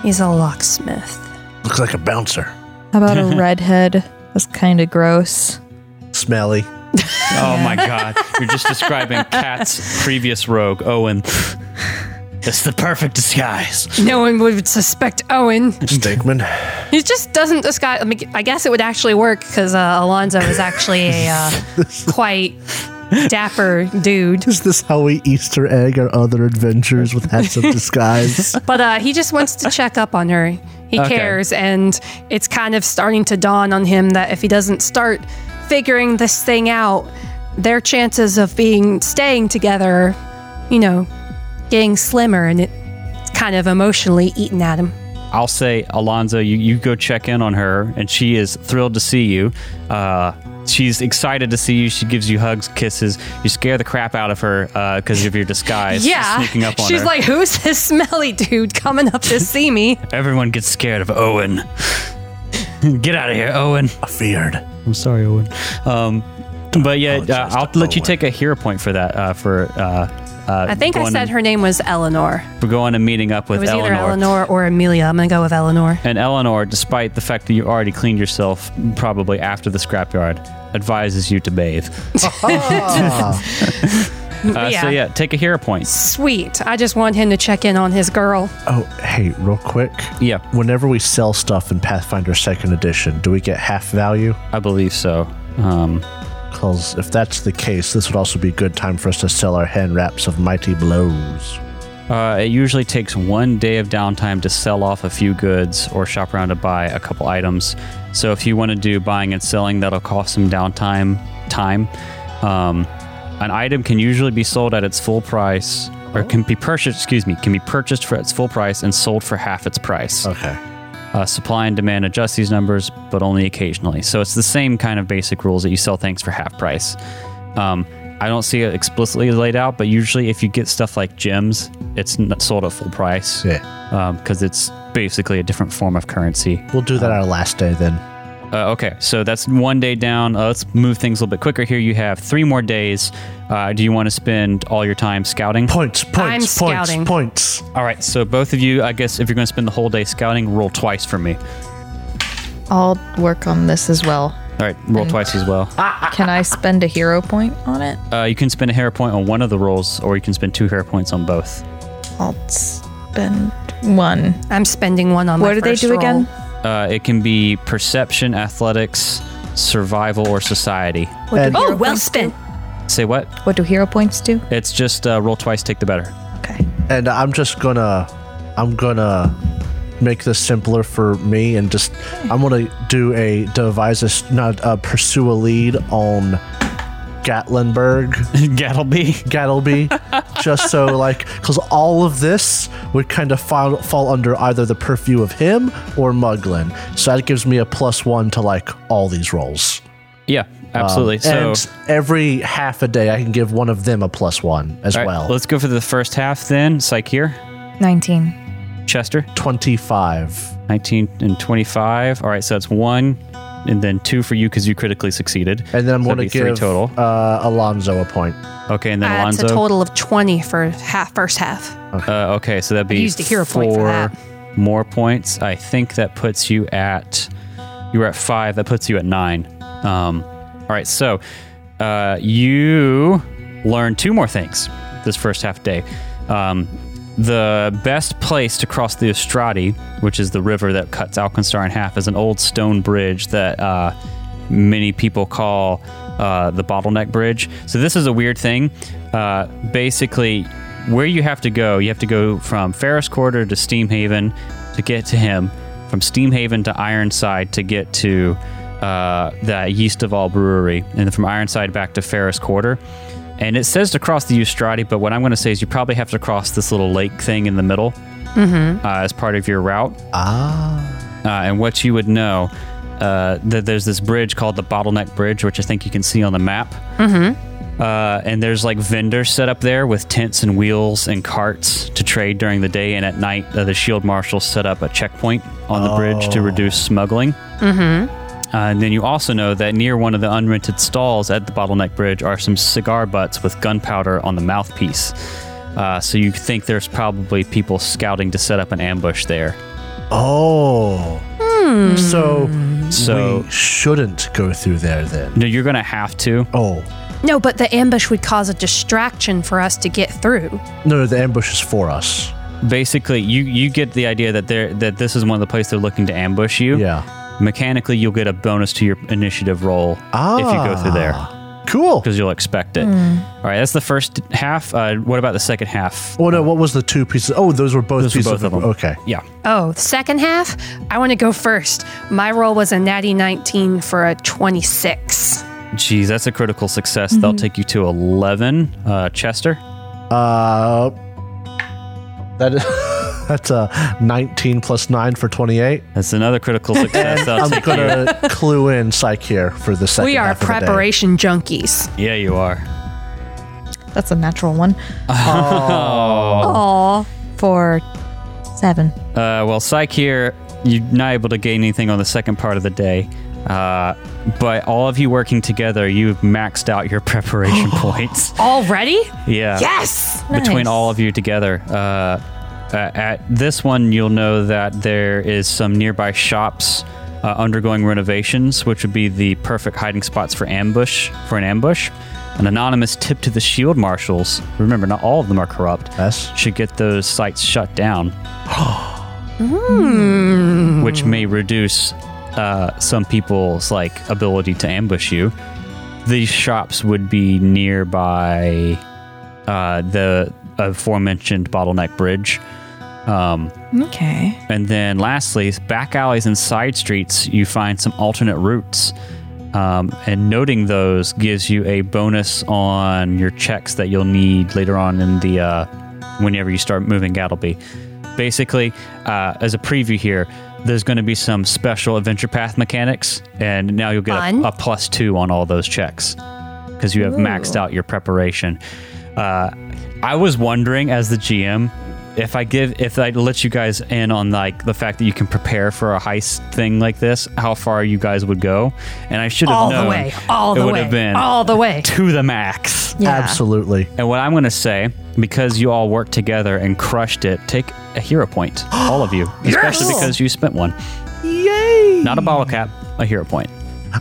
he's a locksmith
Looks like a bouncer.
How about
*laughs*
a redhead? That's kind of gross.
*laughs* Smelly.
Oh my god, you're just describing Cat's previous rogue, Owen. It's the perfect disguise.
no one would suspect owen
Stinkman.
he just doesn't disguise I, mean, I guess it would actually work because uh, alonzo is actually a uh, quite dapper dude
Is this how we Easter egg our other adventures with hats *laughs* of disguise?
But uh, he just wants to check up on her. He
Okay.
cares, and it's kind of starting to dawn on him that if he doesn't start figuring this thing out, their chances of being staying together, you know, getting slimmer, and it's kind of emotionally eating at him.
I'll say, Alonzo, you, you go check in on her, and she is thrilled to see you. Uh, she's excited to see you. She gives you hugs, kisses. You scare the crap out of her because of your disguise.
yeah,
sneaking up on
she's
her.
like, "Who's this smelly dude coming up to see me?"
everyone gets scared of Owen. *laughs* Get out of here, Owen.
Feared.
I'm sorry, Owen. Um, but yeah, uh,
apologize
I'll
to
let you
Owen.
take a hero point for that. Uh, for uh, uh,
I think I
going
said
and-
her name was Eleanor.
for going and meeting up
It
with
was
Eleanor.
either Eleanor or Amelia. I'm gonna go with Eleanor.
And Eleanor, despite the fact that you already cleaned yourself probably after the scrapyard, advises you to bathe. Uh, So
Yeah.
yeah, take a hero point.
Sweet. I just want him to check in on his girl.
Oh, hey, real quick.
Yeah.
Whenever we sell stuff in Pathfinder Second Edition, do we get half value?
I believe so. Um,
Because if that's the case, this would also be a good time for us to sell our hand wraps of mighty blows.
uh, it usually takes one day of downtime to sell off a few goods or shop around to buy a couple items. So if you want to do buying and selling, that'll cost some downtime time. Um, an item can usually be sold at its full price, or can be purchased. Excuse me, can be purchased for its full price and sold for half its price.
Okay.
Uh, supply and demand adjust these numbers, but only occasionally. So it's the same kind of basic rules that you sell things for half price. Um, I don't see it explicitly laid out, but usually if you get stuff like gems, it's not sold at full price
Yeah.
because it's basically a different form of currency.
We'll do that our last day then.
Uh, okay, so that's one day down. Uh, let's move things a little bit quicker here. You have three more days. Uh, do you want to spend all your time scouting?
Points, points,
I'm
points,
scouting.
points.
All right, so both of you, I guess if you're going to spend the whole day scouting, roll twice for me.
I'll work on this as well.
All right, roll twice as well.
Can I spend a hero point on it?
Uh, you can spend a hero point on one of the rolls, or you can spend two hero points on both.
I'll spend one.
I'm spending one on my
What did they
first
do
roll.
again?
Uh, it can be perception, athletics, survival, or society.
What
And-
do hero
Oh, well
points
spent.
Say what?
do? What do hero points do?
It's just uh, roll twice, take the better. *laughs*
Okay.
And I'm just gonna, I'm gonna make this simpler for me, and just I'm gonna do a devise a s- not uh, pursue a lead on Gatlinburg,
Gattleby.
Gattleby, just so like because all of this would kind of fall, fall under either the purview of him or Muglin, so that gives me a plus one to like all these rolls.
Yeah, absolutely. so,
Um, and every half a day, I can give one of them a plus one as
all right,
well.
let's go for the first half then. Psyche here,
19.
Chester,
Twenty-five.
19 and 25. All right, so that's one, and then two for you because you critically succeeded.
And then I'm
So
going
that'd
to
be three
give
total.
Uh, Alonzo a point.
okay, and then
Uh, it's
Alonzo.
a total of 20 for half first half.
Uh, okay, so that'd be
used a hero
four
point for that.
more points. I think that puts you at you were at five. That puts you at nine. Um, all right, so uh, you learn two more things this first half day. Um, the best place to cross the Estradi, which is the river that cuts Alkenstar in half, is an old stone bridge that uh, many people call uh, the bottleneck bridge. So this is a weird thing. Uh, basically, where you have to go, you have to go from Ferris Quarter to Steamhaven to get to him, from Steamhaven to Ironside to get to uh, the Yeast of All Brewery, and then from Ironside back to Ferris Quarter. And it says to cross the Eustrati, but what I'm going to say is you probably have to cross this little lake thing in the middle uh, as part of your route.
Ah.
uh, and what you would know uh, that there's this bridge called the Bottleneck Bridge, which I think you can see on the map. Uh, and there's like vendors set up there with tents and wheels and carts to trade during the day. And at night, uh, the shield marshals set up a checkpoint on the bridge to reduce smuggling. Mm-hmm. Uh, and then you also know that near one of the unrented stalls at the bottleneck bridge are some cigar butts with gunpowder on the mouthpiece. Uh, so you think there's probably people scouting to set up an ambush there.
Oh. So,
So-
we shouldn't go through there then.
No, you're going to have to.
Oh.
No, but the ambush would cause a distraction for us to get through.
No, the ambush is for us.
Basically, you, you get the idea that they're that this is one of the places they're looking to ambush you.
Yeah.
mechanically you'll get a bonus to your initiative roll if you go through there
Ah. Cool.
because you'll expect it. All right, that's the first half. Uh, what about the second half?
Well, Oh, no, what was the two pieces? Oh, those were both
Those were
pieces
both of them.
Okay.
Yeah.
Oh, the second half? I want to go first. My roll was a natty 19 for a 26.
Geez, that's a critical success. They'll take you to 11. Uh, Chester?
Uh, that is, *laughs* that's a 19 plus 9 for
*laughs*
28.
That's another critical
*laughs*
success. That'll
I'm
take
going
you.
to clue in Psyche here for the second
we are
half of the day.
preparation junkies.
Yeah, you are.
That's a natural
*laughs*
one.
Aw.
For seven.
Uh, well, Psyche here, you're not able to gain anything on the second part of the day. Uh, but all of you working together, you've maxed out your *laughs* preparation points. *laughs*
Already?
Yeah.
Yes!
between
Nice.
all of you together. Uh, uh, at this one, you'll know that there is some nearby shops uh, undergoing renovations, which would be the perfect hiding spots for ambush for an ambush. An anonymous tip to the shield marshals. Remember, not all of them are corrupt.
Yes.
Should get those sites shut down, *gasps* which may reduce uh, some people's like ability to ambush you. These shops would be nearby uh, the aforementioned bottleneck bridge. Um,
Okay.
and then lastly, back alleys and side streets, you find some alternate routes. Um, and noting those gives you a bonus on your checks that you'll need later on in the uh, whenever you start moving Gattleby. Basically, uh, as a preview here, there's going to be some special adventure path mechanics, and now you'll get
Fun.
a, a plus two on all those checks because you have maxed out your preparation. Uh, I was wondering as the GM if I give if I let you guys in on like the fact that you can prepare for a heist thing like this, how far you guys would go, and I should have
All
known
the way. All
it
the
would
way.
have been
All the way.
to the max.
Yeah.
Absolutely.
And what I'm going to say, because you all worked together and crushed it, take a hero
*gasps*
point, all of you, especially because you spent one. Yay! Not a bottle cap, a hero point.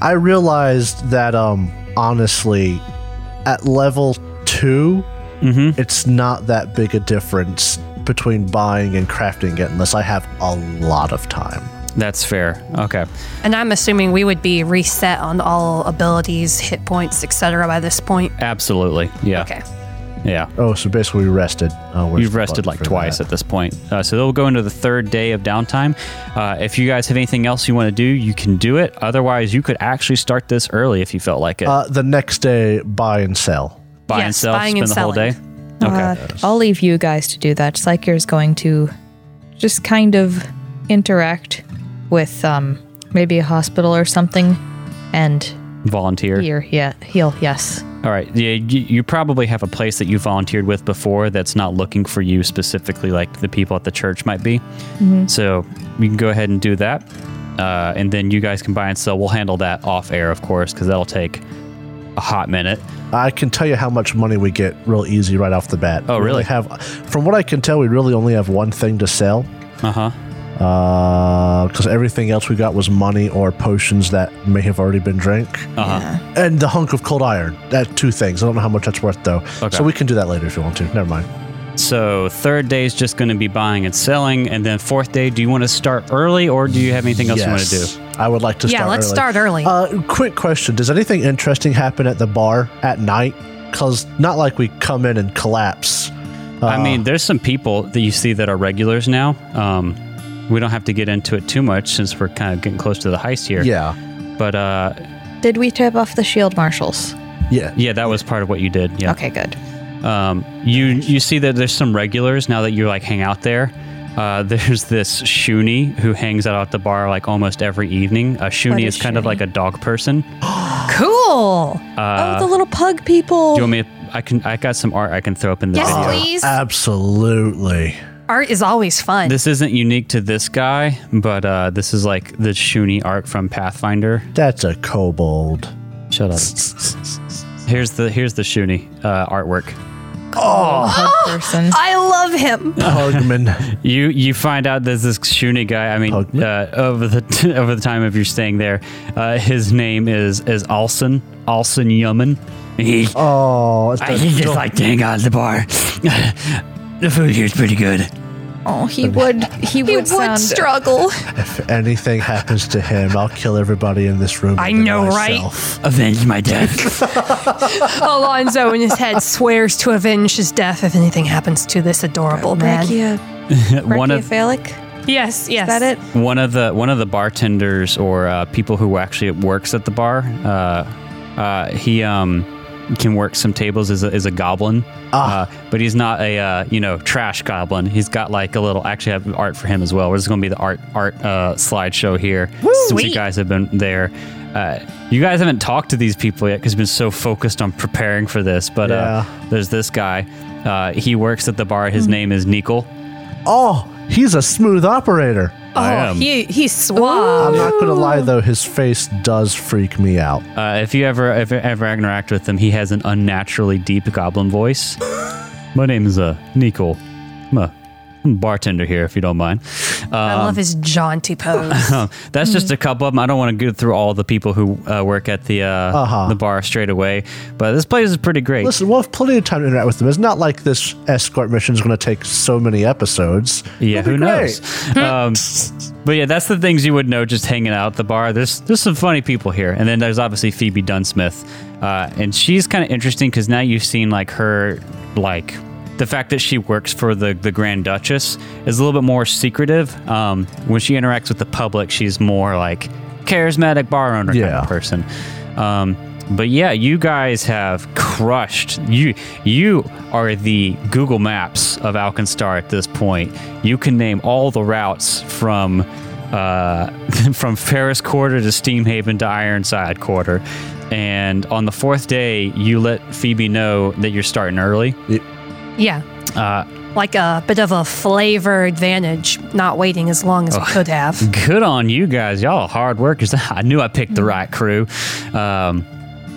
I realized that, um, honestly, at level 2,
Mm-hmm.
it's not that big a difference between buying and crafting it unless I have a lot of time.
That's fair. Okay.
And I'm assuming we would be reset on all abilities, hit points, etc. by this point.
Absolutely. Yeah.
Okay.
Yeah.
Oh, so basically we rested. Oh, where's
You've
the
rested
button
like
for
twice
that?
at this point. Uh, so they'll go into the third day of downtime. Uh, if you guys have anything else you want to do, you can do it. Otherwise, you could actually start this early if you felt like it.
Uh, the next day, buy and sell.
buy and
yes,
sell,
buying
spend
and
the whole day. Okay.
Uh, I'll leave you guys to do that. Psyker's going to just kind of interact with um, maybe a hospital or something and
Volunteer.
here, yeah, heal, yes.
All right. Yeah, you, you probably have a place that you volunteered with before that's not looking for you specifically, like the people at the church might be.
Mm-hmm.
So you can go ahead and do that. Uh, and then you guys can buy and sell. We'll handle that off air, of course, because that'll take a hot minute.
I can tell you how much money we get real easy right off the bat.
Oh,
We
really?
Have from what I can tell, we really only have one thing to sell
Uh huh.
because everything else we got was money or potions that may have already been drank,
*laughs* Uh huh.
and the hunk of cold iron. That two things. I don't know how much that's worth though.
Okay.
So we can do that later if you want to. Never mind.
So third day is just going to be buying and selling, and then fourth day. Do you want to start early, or do you have anything else you want to do?
I would like to.
Yeah,
start
let's
early.
start early.
Uh, quick question: Does anything interesting happen at the bar at night? Because not like we come in and collapse.
I mean, there's some people that you see that are regulars now. Um, we don't have to get into it too much since we're kind of getting close to the heist here.
Yeah,
But uh,
Did we tip off the shield marshals?
yeah.
yeah, that was part of what you did. Yeah.
Okay, good.
Um, you you see that there's some regulars now that you like hang out there. Uh, *laughs* there's this Shuni who hangs out at the bar like almost every evening. Uh, Shuni
is
is kind of
Shuni?
like a dog person.
Cool. oh, the little pug people.
Uh, Do you want me? To, I can. I got some art I can throw up in the
Yes,
video.
please.
Uh,
Absolutely.
Art is always fun.
This isn't unique to this guy, but uh, this is like the Shuni art from Pathfinder.
That's a
*laughs*
kobold.
Shut up. here's the here's the Shuni uh, artwork.
pug *gasps* person.
I love him.
Pugman.
You you find out there's this Shuni guy. I mean,
Pugman?
uh, over the *laughs* over the time of your staying there, uh, his name is is Alson Alson Yeoman. He
oh, it's
he's
*laughs*
just like to hang out at the bar. *laughs* the food here's pretty good.
Oh, he would. He would,
He would
sound. *laughs*
struggle.
if anything happens to him, I'll kill everybody in this room.
I
and then
know, right?
myself.
Avenge my death.
Alonzo in his head swears to avenge his death if anything happens to this adorable man.
Brachia,
one of
brachyphalic.
Yes, yes.
Is that it?
one of the one of the bartenders or uh, people who actually works at the bar. Uh, uh, he um, can work some tables as a, as a goblin, uh, but he's not a uh, you know trash goblin. He's got like a little. Actually, I have art for him as well. This is going to be the art art uh, slideshow here since you
Sweet.
guys have been there. Uh, you guys haven't talked to these people yet because you've been so focused on preparing for this. But
Yeah.
uh, there's this guy. Uh, he works at the bar. His name is Nicol.
Oh, he's a smooth operator.
I
Oh,
am.
he he's suave.
I'm not going to lie, though, his face does freak me out.
Uh, if you ever if you ever interact with him, he has an unnaturally deep goblin voice. My name is uh, Nicole. I'm a, I'm a bartender here, if you don't mind.
I love his
*laughs*
jaunty pose.
Um, that's just a couple of them. I don't want to go through all the people who uh, work at the uh, the bar straight away, but this place is pretty great.
Listen, we'll have plenty of time to interact with them. It's not like this escort mission is going to take so many episodes.
yeah,
It'll
who
be
knows?
great. Hmm.
um, but yeah, that's the things you would know just hanging out at the bar. There's there's some funny people here, and then there's obviously Phoebe Dunsmith, uh, and she's kind of interesting because now you've seen like her like the fact that she works for the the Grand Duchess is a little bit more secretive. Um, when she interacts with the public, she's more like charismatic bar owner kind
Yeah.
of person. Um, but yeah, you guys have crushed. You you are the Google Maps of Alkenstar at this point. You can name all the routes from uh, *laughs* from Ferris Quarter to Steamhaven to Ironside Quarter. And on the fourth day, you let Phoebe know that you're starting early.
yeah.
Uh,
like a bit of a flavor advantage, not waiting as long as
oh.
we
*laughs*
could have.
Good on you guys. Y'all are hard workers. *laughs* I knew I picked the right crew. Um,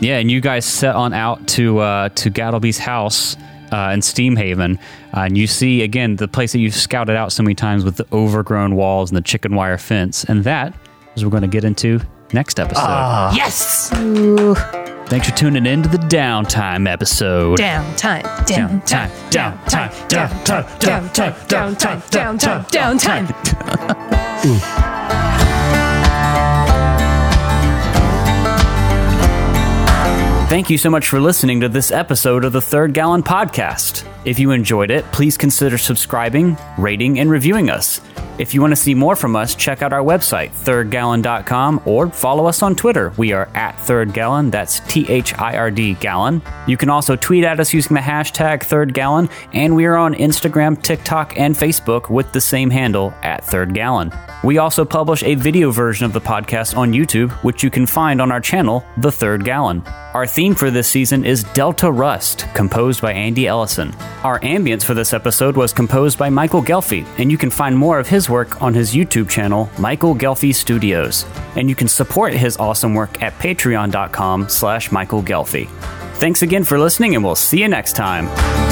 yeah, and you guys set on out to uh, to Gattleby's house uh, in Steamhaven, uh, and you see again the place that you've scouted out so many times with the overgrown walls and the chicken wire fence, and that is what we're going to get into next episode.
Ah. Yes!
Thanks for tuning in to the downtime episode.
Downtime, downtime, downtime, downtime, downtime, downtime, downtime, downtime.
Thank you so much for listening to this episode of the Third Gallon Podcast. If you enjoyed it, please consider subscribing, rating, and reviewing us. If you want to see more from us, check out our website, thirdgallon.com, or follow us on Twitter. We are at Third Gallon, that's T H I R D Gallon. You can also tweet at us using the hashtag Third Gallon, and we are on Instagram, TikTok, and Facebook with the same handle, at Third Gallon. We also publish a video version of the podcast on YouTube, which you can find on our channel, The Third Gallon. Our theme for this season is Delta Rust, composed by Andy Ellison. Our ambience for this episode was composed by Michael Gelfie, and you can find more of his work on his YouTube channel, Michael Gelfie Studios. And you can support his awesome work at patreon.com slash Michael Gelfie. Thanks again for listening, and we'll see you next time.